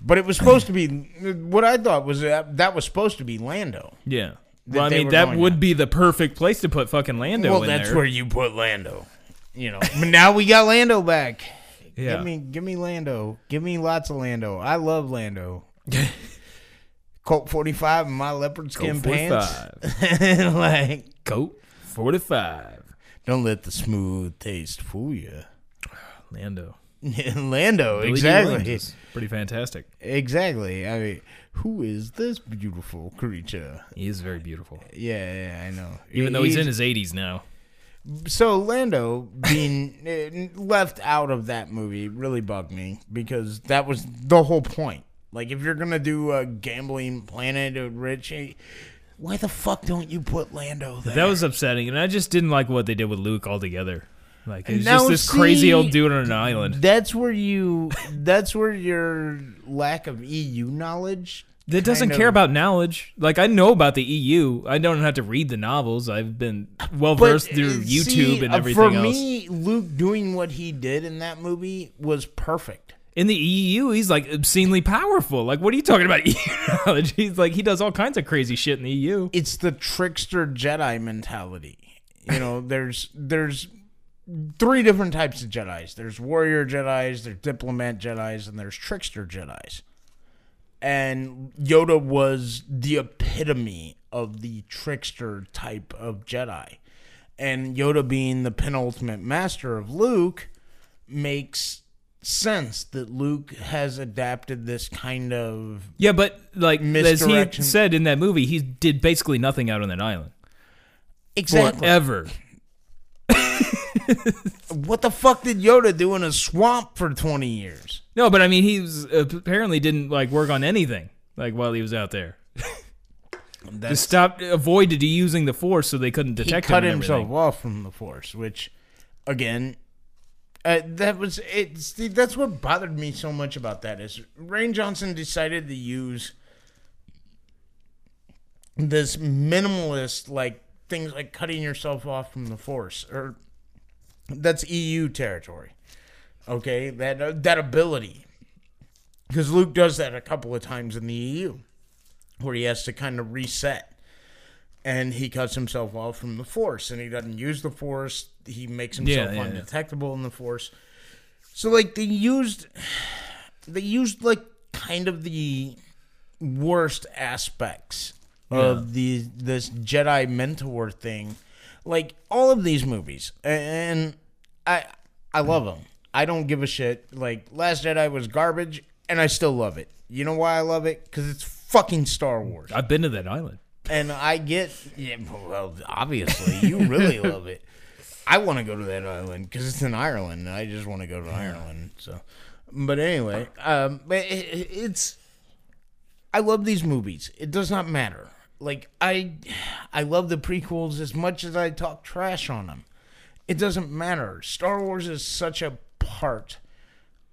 F: but it was supposed to be what I thought was that that was supposed to be Lando.
D: Yeah.
F: That
D: well, I
F: they
D: mean,
F: were
D: that
F: going
D: would
F: at.
D: be the perfect place to put fucking Lando
F: well,
D: in
F: that's
D: there.
F: where you put Lando. You know, but now we got Lando back.
D: yeah.
F: Give me, give me Lando. Give me lots of Lando. I love Lando. Colt forty five and my leopard skin pants. like,
D: Coat 45.
F: don't let the smooth taste fool you.
D: Lando.
F: Lando,
D: Billy Dee Williams
F: exactly.
D: is Pretty fantastic.
F: Exactly. I mean, who is this beautiful creature?
D: He is very beautiful.
F: Yeah, yeah, I know.
D: Even though he's in his 80s now.
F: so Lando being uh, left out of that movie really bugged me because that was the whole point. Like, if you're gonna do a gambling planet of Richie, why the fuck don't you put Lando there?
D: That was upsetting, and I just didn't like what they did with Luke altogether. Like it's
F: Now,
D: just this crazy
F: see-
D: old dude on an island.
F: That's where you. That's where your lack of EU knowledge.
D: That doesn't
F: kind
D: care
F: of-
D: about knowledge. Like I know about the EU. I don't have to read the novels. I've been well versed
F: But,
D: through
F: uh,
D: YouTube
F: see,
D: and
F: uh,
D: everything
F: For
D: else.
F: me, Luke doing what he did in that movie was perfect.
D: In the EU, he's like obscenely powerful. Like what are you talking about EU knowledge? He's like he does all kinds of crazy shit in the E EU.
F: It's the trickster Jedi mentality. You know, there's there's three different types of Jedi's. There's warrior Jedi's, there's diplomat Jedi's, and there's trickster Jedi's. And Yoda was the epitome of the trickster type of Jedi. And Yoda being the penultimate master of Luke makes sense that Luke has adapted this kind of
D: Yeah, but like as he
F: Misdirection.
D: said in that movie, he did basically nothing out on that island forever.
F: What the fuck did Yoda do in a swamp for 20 years?
D: No, but I mean, he was, apparently didn't like work on anything like while he was out there. Just stopped, avoided using the force so they couldn't
F: He
D: detect
F: cut
D: him. and
F: himself
D: everything.
F: off from the Force, which, again, uh, that was it. See, that's what bothered me so much about that is Rain Johnson decided to use this minimalist, like things like cutting yourself off from the Force, or that's EU territory. Okay, that uh, that ability, because Luke does that a couple of times in the EU, where he has to kind of reset and he cuts himself off from the force and he doesn't use the force he makes himself
D: Yeah, yeah, yeah.
F: undetectable in the force so like they used they used like kind of the worst aspects of the this jedi mentor thing like all of these movies and i i love them i don't give a shit like last jedi was garbage and i still love it you know why i love it because it's fucking star wars
D: I've been to that island.
F: and I get yeah, well, obviously you really love it. I want to go to that island because it's in Ireland, and I just want to go to Ireland. So, but anyway, um, but it, it- it's I love these movies. It does not matter. Like I, I love the prequels as much as I talk trash on them. It doesn't matter. Star Wars is such a part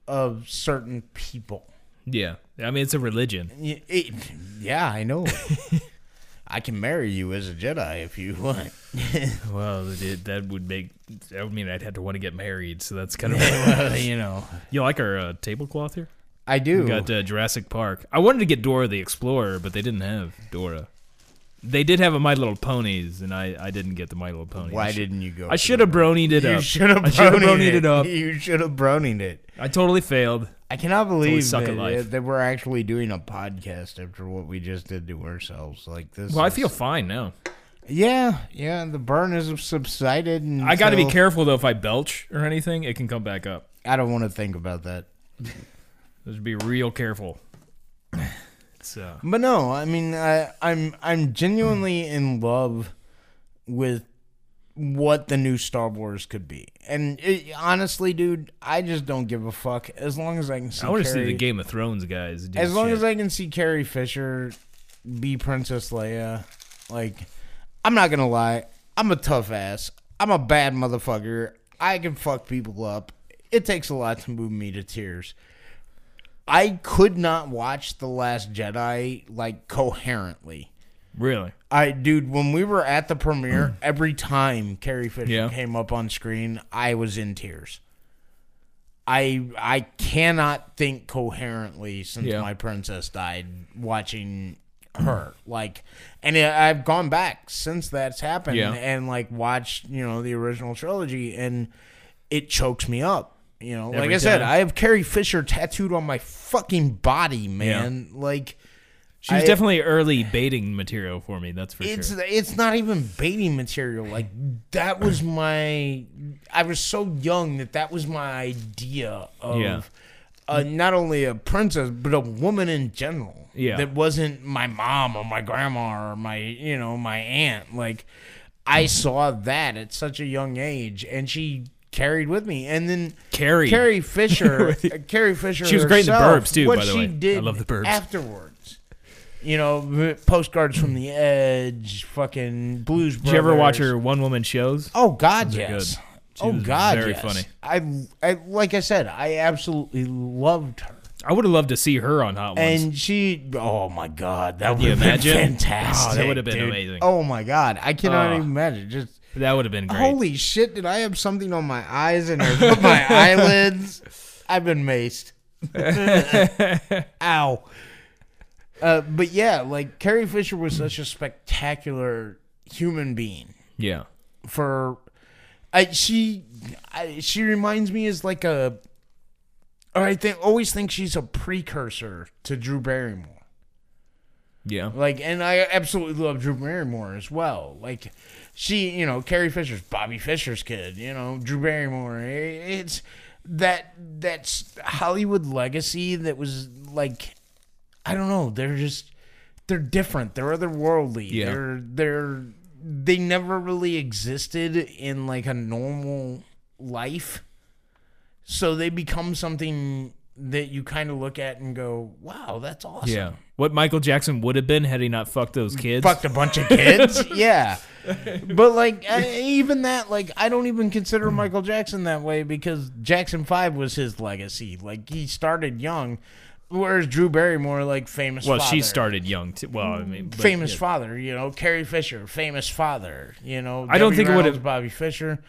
F: of certain people.
D: Yeah, I mean, it's a religion.
F: Y- it- yeah, I know. I can marry you as a Jedi if you want.
D: Well, it, that would make. I mean, I'd have to want to get married. So that's kind of.
F: you know,
D: you like our uh, tablecloth here?
F: I do.
D: We got uh, Jurassic Park. I wanted to get Dora the Explorer, but they didn't have Dora. They did have a My Little Ponies, and I, I didn't get the My Little Ponies.
F: Why didn't you go?
D: I
F: for
D: should have bronied it
F: that?
D: up.
F: You should have
D: I should have
F: bronied
D: it up.
F: You should have bronied it.
D: I totally failed.
F: I cannot believe
D: suck at
F: that,
D: life.
F: that we're actually doing a podcast after what we just did to ourselves. Like this.
D: Well, I
F: is-
D: feel fine now.
F: Yeah, yeah. The burn has subsided. And
D: I got to be
F: so
D: careful though. If I belch or anything, it can come back up.
F: I don't want to think about that.
D: Just be real careful. It's uh,
F: But no, I mean, I, I'm I'm genuinely
D: Hmm.
F: in love with what the new Star Wars could be, and it, honestly, dude, I just don't give a fuck as long as I can see.
D: I want to see
F: Carrie-
D: the Game of Thrones guys. Do
F: As long
D: shit.
F: as I can see Carrie Fisher be Princess Leia, like I'm not gonna lie, I'm a tough ass. I'm a bad motherfucker. I can fuck people up. It takes a lot to move me to tears. I could not watch The Last Jedi like coherently.
D: really,
F: I dude, when we were at the premiere, every time Carrie Fisher
D: Yeah.
F: came up on screen, I was in tears. I I cannot think coherently since
D: Yeah.
F: my princess died watching her like and I- I've gone back since that's happened
D: Yeah.
F: and like watched, you know, the original trilogy and it chokes me up, you know. like
D: Every
F: I said,
D: time.
F: I have Carrie Fisher tattooed on my fucking body, man. Like
D: She was
F: I-
D: definitely early baiting material for me. That's for
F: it's
D: sure.
F: it's not even baiting material. Like that was my. I was so young that that was my idea of
D: Yeah.
F: uh, not only a princess but a woman in general.
D: Yeah.
F: that wasn't my mom or my grandma or my you know my aunt. Like
D: Mm-hmm.
F: I saw that at such a young age, and she carried with me. And then
D: Carried.
F: Carrie Fisher, uh, Carrie Fisher.
D: She was great in The
F: herself,
D: Burbs, too,
F: What
D: by the
F: she
D: way. I
F: did
D: love The Burbs.
F: afterwards you know, postcards from the edge, fucking blues.
D: Did you ever watch
F: Brothers.
D: her one woman shows?
F: Oh God,
D: Those are
F: yes.
D: good. She
F: Oh
D: was
F: God,
D: very
F: yes.
D: funny.
F: I, I, like I said, I absolutely loved her,
D: I would have loved to see her on Hot Ones.
F: and she. Oh my God, that would
D: you
F: have been
D: imagine?
F: fantastic.
D: Oh, that would've been
F: dude.
D: amazing.
F: Oh my God, I cannot
D: Ah.
F: even imagine. Just
D: that would have been great.
J: Holy shit! Did I have something on my eyes and
F: my eyelids. I've been maced. Ow. Uh, but yeah, like Carrie Fisher was such a spectacular human being.
D: yeah.
F: for I, she I, she reminds me as like a I think always think she's a precursor to Drew Barrymore.
D: Yeah.
F: Like and I absolutely love Drew Barrymore as well. Like she, you know, Carrie Fisher's Bobby Fisher's kid, you know, Drew Barrymore. I- It's that that's Hollywood legacy that was like I don't know, they're just they're different. They're otherworldly.
D: Yeah.
F: They're they're they never really existed in like a normal life. So they become something that you kind of look at and go, "Wow, that's awesome."
D: Yeah. What Michael Jackson would have been had he not fucked those kids.
F: Fucked a bunch of kids, yeah. But like I, even that, like I don't even consider Michael Jackson that way because Jackson Five was his legacy. Like he started young, whereas Drew Barrymore, like famous.
D: well, she
F: father.
D: started young too. Well, I mean, but-
F: famous
D: yeah.
F: father, you know, Carrie Fisher, famous father, you know.
D: I don't think it
F: Debbie
D: would've-
F: Reynolds, Bobby Fisher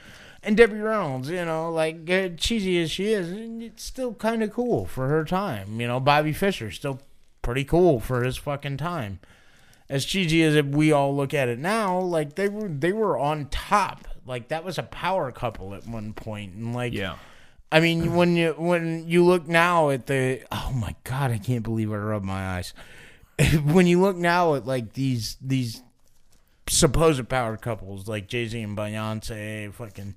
F: and Debbie Reynolds, you know, like uh, cheesy as she is, and it's still kind of cool for her time, you know. Bobby Fisher still pretty cool for his fucking time. As cheesy as if we all look at it now, like they were they were on top. Like that was a power couple at one point and like
D: Yeah.
F: I mean, when you when you look now at the oh my god, I can't believe I rubbed my eyes. when you look now at like these these supposed power couples like Jay Z and Beyonce, fucking,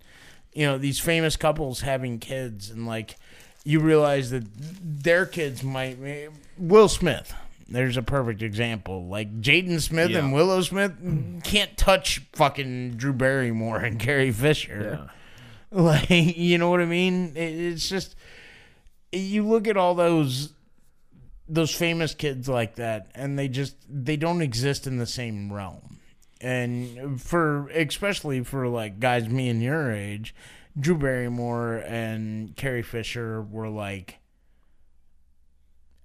F: you know, these famous couples having kids, and like you realize that their kids might. eh, Will Smith, there's a perfect example. Like Jaden Smith and
D: Yeah.
F: Willow Smith can't touch fucking Drew Barrymore and Carrie Fisher.
D: Yeah.
F: Like, you know what I mean? It, it's just you look at all those those famous kids like that and they just they don't exist in the same realm. And for especially for like guys me and your age, Drew Barrymore and Carrie Fisher were like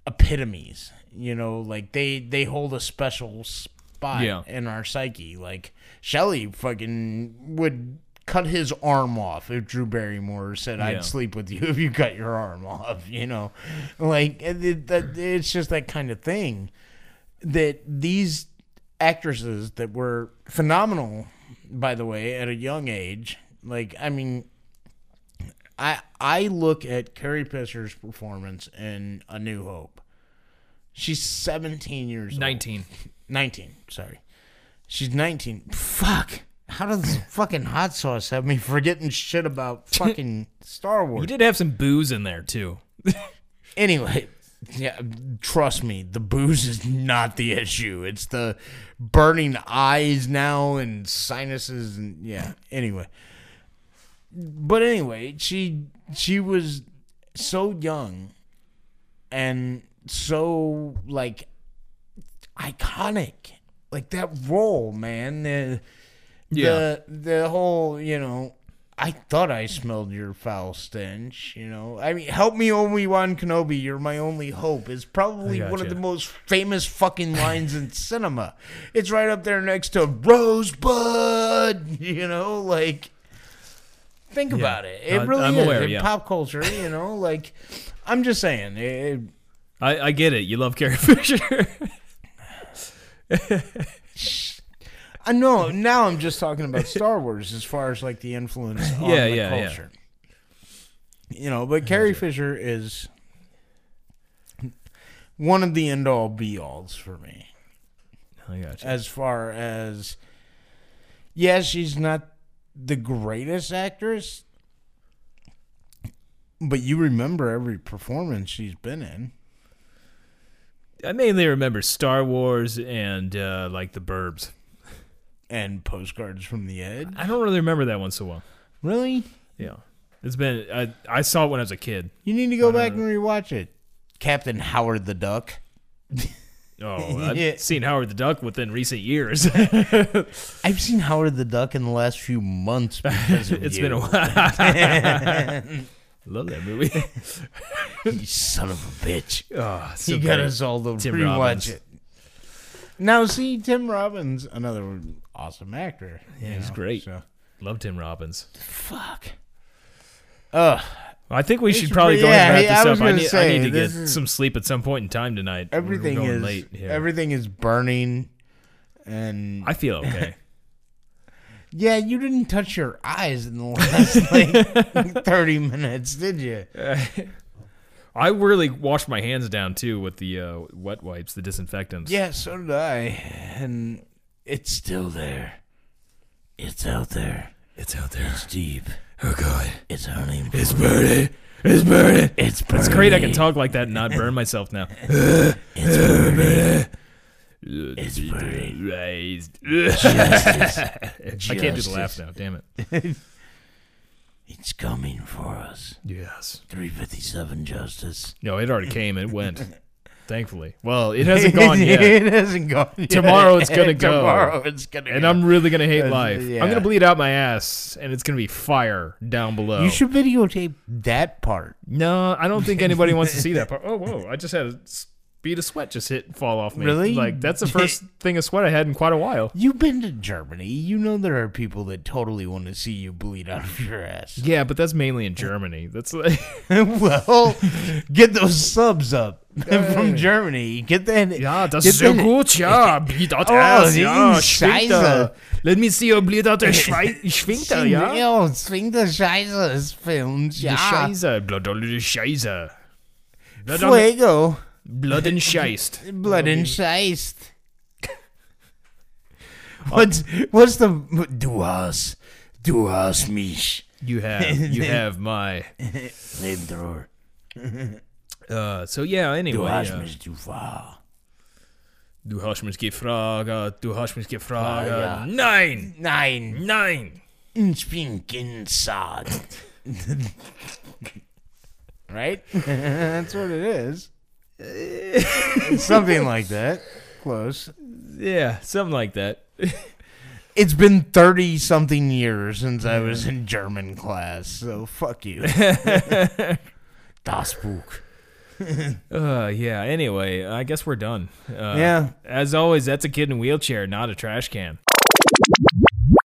F: epitomes, you know, like they they hold a special spot
D: Yeah.
F: in our psyche. Like Shelley fucking would cut his arm off if Drew Barrymore said,
D: Yeah.
F: "I'd sleep with you if you cut your arm off," you know, like it, it, that, it's just that kind of thing that these actresses that were phenomenal, by the way, at a young age. Like, I mean, I I look at Carrie Fisher's performance in A New Hope. She's 17 years
D: Nineteen.
F: old. 19, sorry. She's 19. Fuck. How does fucking hot sauce have me forgetting shit about fucking Star Wars?
D: You did have some booze in there too.
F: Anyway, yeah, trust me, the booze is not the issue. It's the burning eyes now and sinuses and yeah. Anyway, but anyway, she she was so young and so like iconic, like that role, man. The,
D: Yeah.
F: the the whole you know I thought I smelled your foul stench. You know, I mean, help me, Obi Wan Kenobi. You're my only hope. Is probably
D: I
F: one of
D: gotcha.
F: the most famous fucking lines in cinema. It's right up there next to Rosebud. You know, like think about it. It
D: I-
F: really
D: I'm
F: is
D: aware,
F: in
D: yeah.
F: pop culture. You know, like I'm just saying. It,
D: I, I get it. You love Carrie Fisher.
F: I know. Now I'm just talking about Star Wars as far as like the influence on
D: Yeah,
F: the
D: yeah, yeah.
F: culture. You know, but Carrie Fisher is one of the end all be alls for me.
D: I got you.
F: as far as yeah, she's not the greatest actress, but you remember every performance she's been in.
D: I mainly remember Star Wars and uh, like The Burbs.
F: And postcards from the Edge.
D: I don't really remember that one so well.
F: Really?
D: Yeah, it's been I, I saw it when I was a kid.
F: You need to go back and rewatch it. Captain Howard the Duck.
D: Oh, I've
F: Yeah.
D: seen Howard the Duck within recent years.
F: I've seen Howard the Duck in the last few months because of
D: It's
F: you.
D: been a while. Love that movie.
F: You son of a bitch.
D: Oh, it's so
F: you got
D: great.
F: us all to
D: Tim
F: rewatch
D: Robbins.
F: it. Now, see, Tim Robbins, another awesome actor.
D: Yeah,
F: you
D: he's
F: know,
D: great.
F: so.
D: Love Tim Robbins.
F: Fuck. Ugh.
D: I think we should
F: should
D: probably
F: be-
D: go ahead and
F: yeah, I
D: wrap
F: was
D: this up. I
F: gonna
D: need,
F: say,
D: I need to get
F: this is-
D: some sleep at some point in time tonight. We're
F: Everything
D: going
F: is
D: late here.
F: everything is burning, and
D: I feel okay.
F: yeah, you didn't touch your eyes in the last like thirty minutes, did you?
D: I really washed my hands down too with the uh, wet wipes, the disinfectants.
F: Yeah, so did I, and it's still there. It's out there.
D: it's out there.
F: It's deep.
D: Oh god,
F: It's hurting.
D: it's burning. It's burning.
F: It's burning.
D: It's great. I can talk like that and not burn myself now.
F: It's burning.
D: It's
F: burning.
D: raised.
F: Justice.
D: I can't do the laugh now. Damn it.
F: It's coming for us.
D: Yes.
F: Three fifty-seven justice.
D: No, it already came. It went. Thankfully. Well, it hasn't gone yet.
F: it hasn't gone yet.
D: Tomorrow it's gonna go.
F: Tomorrow it's gonna
D: And
F: go.
D: I'm really gonna hate
F: Uh,
D: life.
F: yeah.
D: I'm gonna bleed out my ass, and it's gonna be fire down below.
F: You should videotape that part.
D: No, I don't think anybody wants to see that part. Oh, whoa! I just had a bead of sweat just hit and fall off me.
F: Really?
D: Like that's the first thing of sweat I had in quite a while.
F: You've been to Germany. You know there are people that totally want to see you bleed out of your ass.
D: Yeah, but that's mainly in Germany. That's like,
F: well, get those subs up from Germany. Get that.
D: yeah, das
F: get
D: ist sehr
F: that-
D: gut. Ja, bleed out
F: Oh,
D: ass.
F: die
D: Ja,
F: Scheiße.
D: Schwinter. Let me see your bleed out der Schwei- Schwinter. Ja,
F: Ja, zwingende Scheiße ist filmt.
D: Die
F: Ja.
D: Scheiße, blood all the Scheiße. Blood, on,
F: Fuego.
D: blood and Scheiß.
F: Blood and Scheiß. What's, what's the. Du hast. Du hast mich.
D: You have, you have my.
F: Lebendrohr.
D: Uh, so yeah. Anyway,
F: Du hast
D: uh,
F: mich, du war.
D: du hast mich gefragt. Du hast mich gefragt.
F: Ah, ja.
D: Nein.
F: Nein.
D: Nein.
F: Ich bin Ginsad. right? That's what it is. Something like that. Close.
D: Yeah, something like that.
F: It's been 30 something years since I was in German class, so fuck you. das Buch.
D: Uh, yeah. Anyway, I guess we're done. Uh,
F: Yeah.
D: As always, that's a kid in a wheelchair, not a trash can.